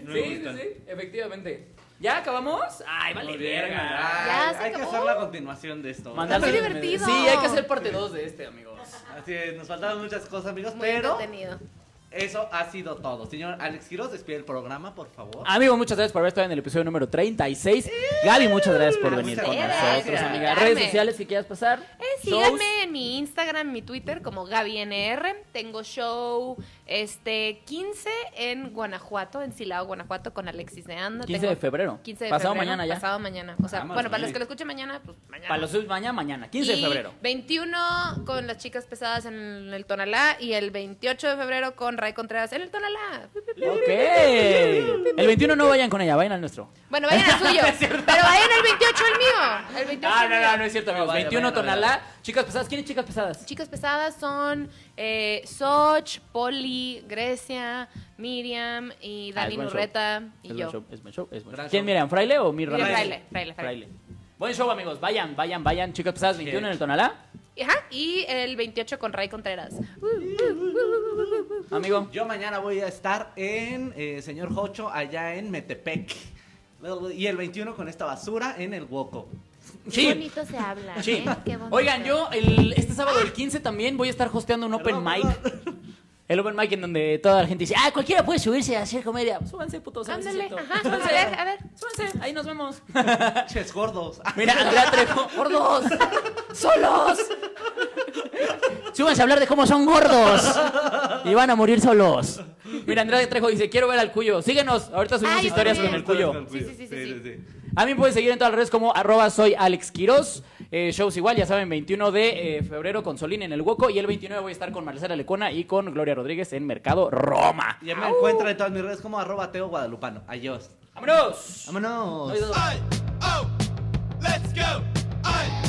Speaker 2: No me gusta.
Speaker 1: efectivamente. ¿Ya acabamos? ¡Ay, vale
Speaker 2: Muy bien,
Speaker 1: verga!
Speaker 2: ay,
Speaker 3: Ya, se
Speaker 2: hay que
Speaker 3: acabó.
Speaker 2: hacer la continuación de esto.
Speaker 1: Mandarse-
Speaker 3: muy divertido.
Speaker 1: Sí, hay que hacer parte 2 de este, amigos.
Speaker 2: Así es, nos faltaron muchas cosas, amigos,
Speaker 3: Muy
Speaker 2: pero
Speaker 3: entretenido.
Speaker 2: eso ha sido todo. Señor Alex Quiroz, despide el programa, por favor.
Speaker 1: Amigos, muchas gracias por haber estado en el episodio número 36. Gaby, muchas gracias por
Speaker 2: a
Speaker 1: venir con
Speaker 2: ustedes,
Speaker 1: nosotros,
Speaker 2: gracias.
Speaker 1: amiga. Redes
Speaker 3: Dame.
Speaker 1: sociales que quieras pasar.
Speaker 3: Eh,
Speaker 1: Shows.
Speaker 3: síganme en mi Instagram, mi Twitter, como GabyNR. Tengo show este 15 en Guanajuato, en Silao, Guanajuato, con Alexis de Anda.
Speaker 1: 15
Speaker 3: Tengo-
Speaker 1: de febrero.
Speaker 3: 15 de
Speaker 1: Pasado
Speaker 3: febrero,
Speaker 1: mañana ya. Ah,
Speaker 3: Pasado mañana. O sea,
Speaker 2: Vamos,
Speaker 3: bueno, para
Speaker 2: sí.
Speaker 3: los que lo escuchen mañana, pues mañana.
Speaker 1: Para los subs mañana, mañana, 15 de
Speaker 3: Y
Speaker 1: febrero.
Speaker 3: 21 con las chicas pesadas en el Tonalá y el 28 de febrero con Ray Contreras en el Tonalá.
Speaker 1: Ok. El 21 no vayan con ella, vayan al nuestro.
Speaker 3: Bueno, vayan al suyo. pero vayan al 28 al mío. El 28
Speaker 1: Ah,
Speaker 3: al
Speaker 1: no,
Speaker 3: mío.
Speaker 1: no, no es cierto, amigos.
Speaker 2: Vaya,
Speaker 1: 21
Speaker 2: vaya, vaya.
Speaker 1: tonalá. Chicas pesadas, ¿quiénes chicas pesadas?
Speaker 3: Chicas pesadas son eh, Soch, Poli, Grecia, Miriam y
Speaker 1: Ah,
Speaker 3: Dani
Speaker 1: es buen show.
Speaker 3: Nurreta y
Speaker 1: es
Speaker 3: yo.
Speaker 1: buen show, es buen show, es buen
Speaker 2: Gran
Speaker 1: show. ¿Quién
Speaker 2: show.
Speaker 1: Miriam? ¿Fraile o Mir
Speaker 3: Miriam
Speaker 1: Ramírez?
Speaker 3: Fraile, Fraile, Fraile.
Speaker 1: Buen show, amigos. Vayan, vayan, vayan. Chicas pesadas, 21 en el tonalá.
Speaker 3: Ajá, y el 28 con Ray Contreras.
Speaker 1: Amigo.
Speaker 2: Yo mañana voy a estar en eh, Señor Jocho, allá en Metepec. Y el 21 con esta basura en el Woco.
Speaker 6: Qué
Speaker 1: Sí.
Speaker 6: bonito se habla.
Speaker 1: Sí.
Speaker 6: ¿eh? Qué bonito.
Speaker 1: Oigan, yo el, este sábado, el 15, también voy a estar hosteando un open
Speaker 2: Perdón,
Speaker 1: mic. El open mic en donde toda la gente dice, ah, cualquiera puede subirse a hacer comedia. Súbanse, putos. a ver si es
Speaker 3: Ándale,
Speaker 1: cierto.
Speaker 3: ajá, a
Speaker 1: Súbanse.
Speaker 3: ver, a ver.
Speaker 1: Súbanse, ahí nos vemos.
Speaker 2: Ches gordos.
Speaker 1: Mira, Andrea Trejo, gordos, solos. Súbanse a hablar de cómo son gordos y van a morir solos. Mira, Andrea Trejo dice, quiero ver al cuyo. Síguenos, ahorita subimos
Speaker 6: Ay,
Speaker 1: historias
Speaker 6: muy
Speaker 1: con el cuyo.
Speaker 3: Sí, sí, sí, sí, sí.
Speaker 1: A mí me pueden seguir en todas las redes como arroba soy Alex Quiroz. Eh, shows igual, ya saben, 21 de eh, febrero con Solín en el Hueco y el 29 voy a estar con Marcela Lecona y con Gloria Rodríguez en Mercado Roma.
Speaker 2: Ya me encuentran en todas mis redes como arroba Teo Guadalupano. Adiós.
Speaker 1: ¡Vámonos!
Speaker 2: Vámonos.
Speaker 1: Adiós.
Speaker 8: I, oh, let's go. I,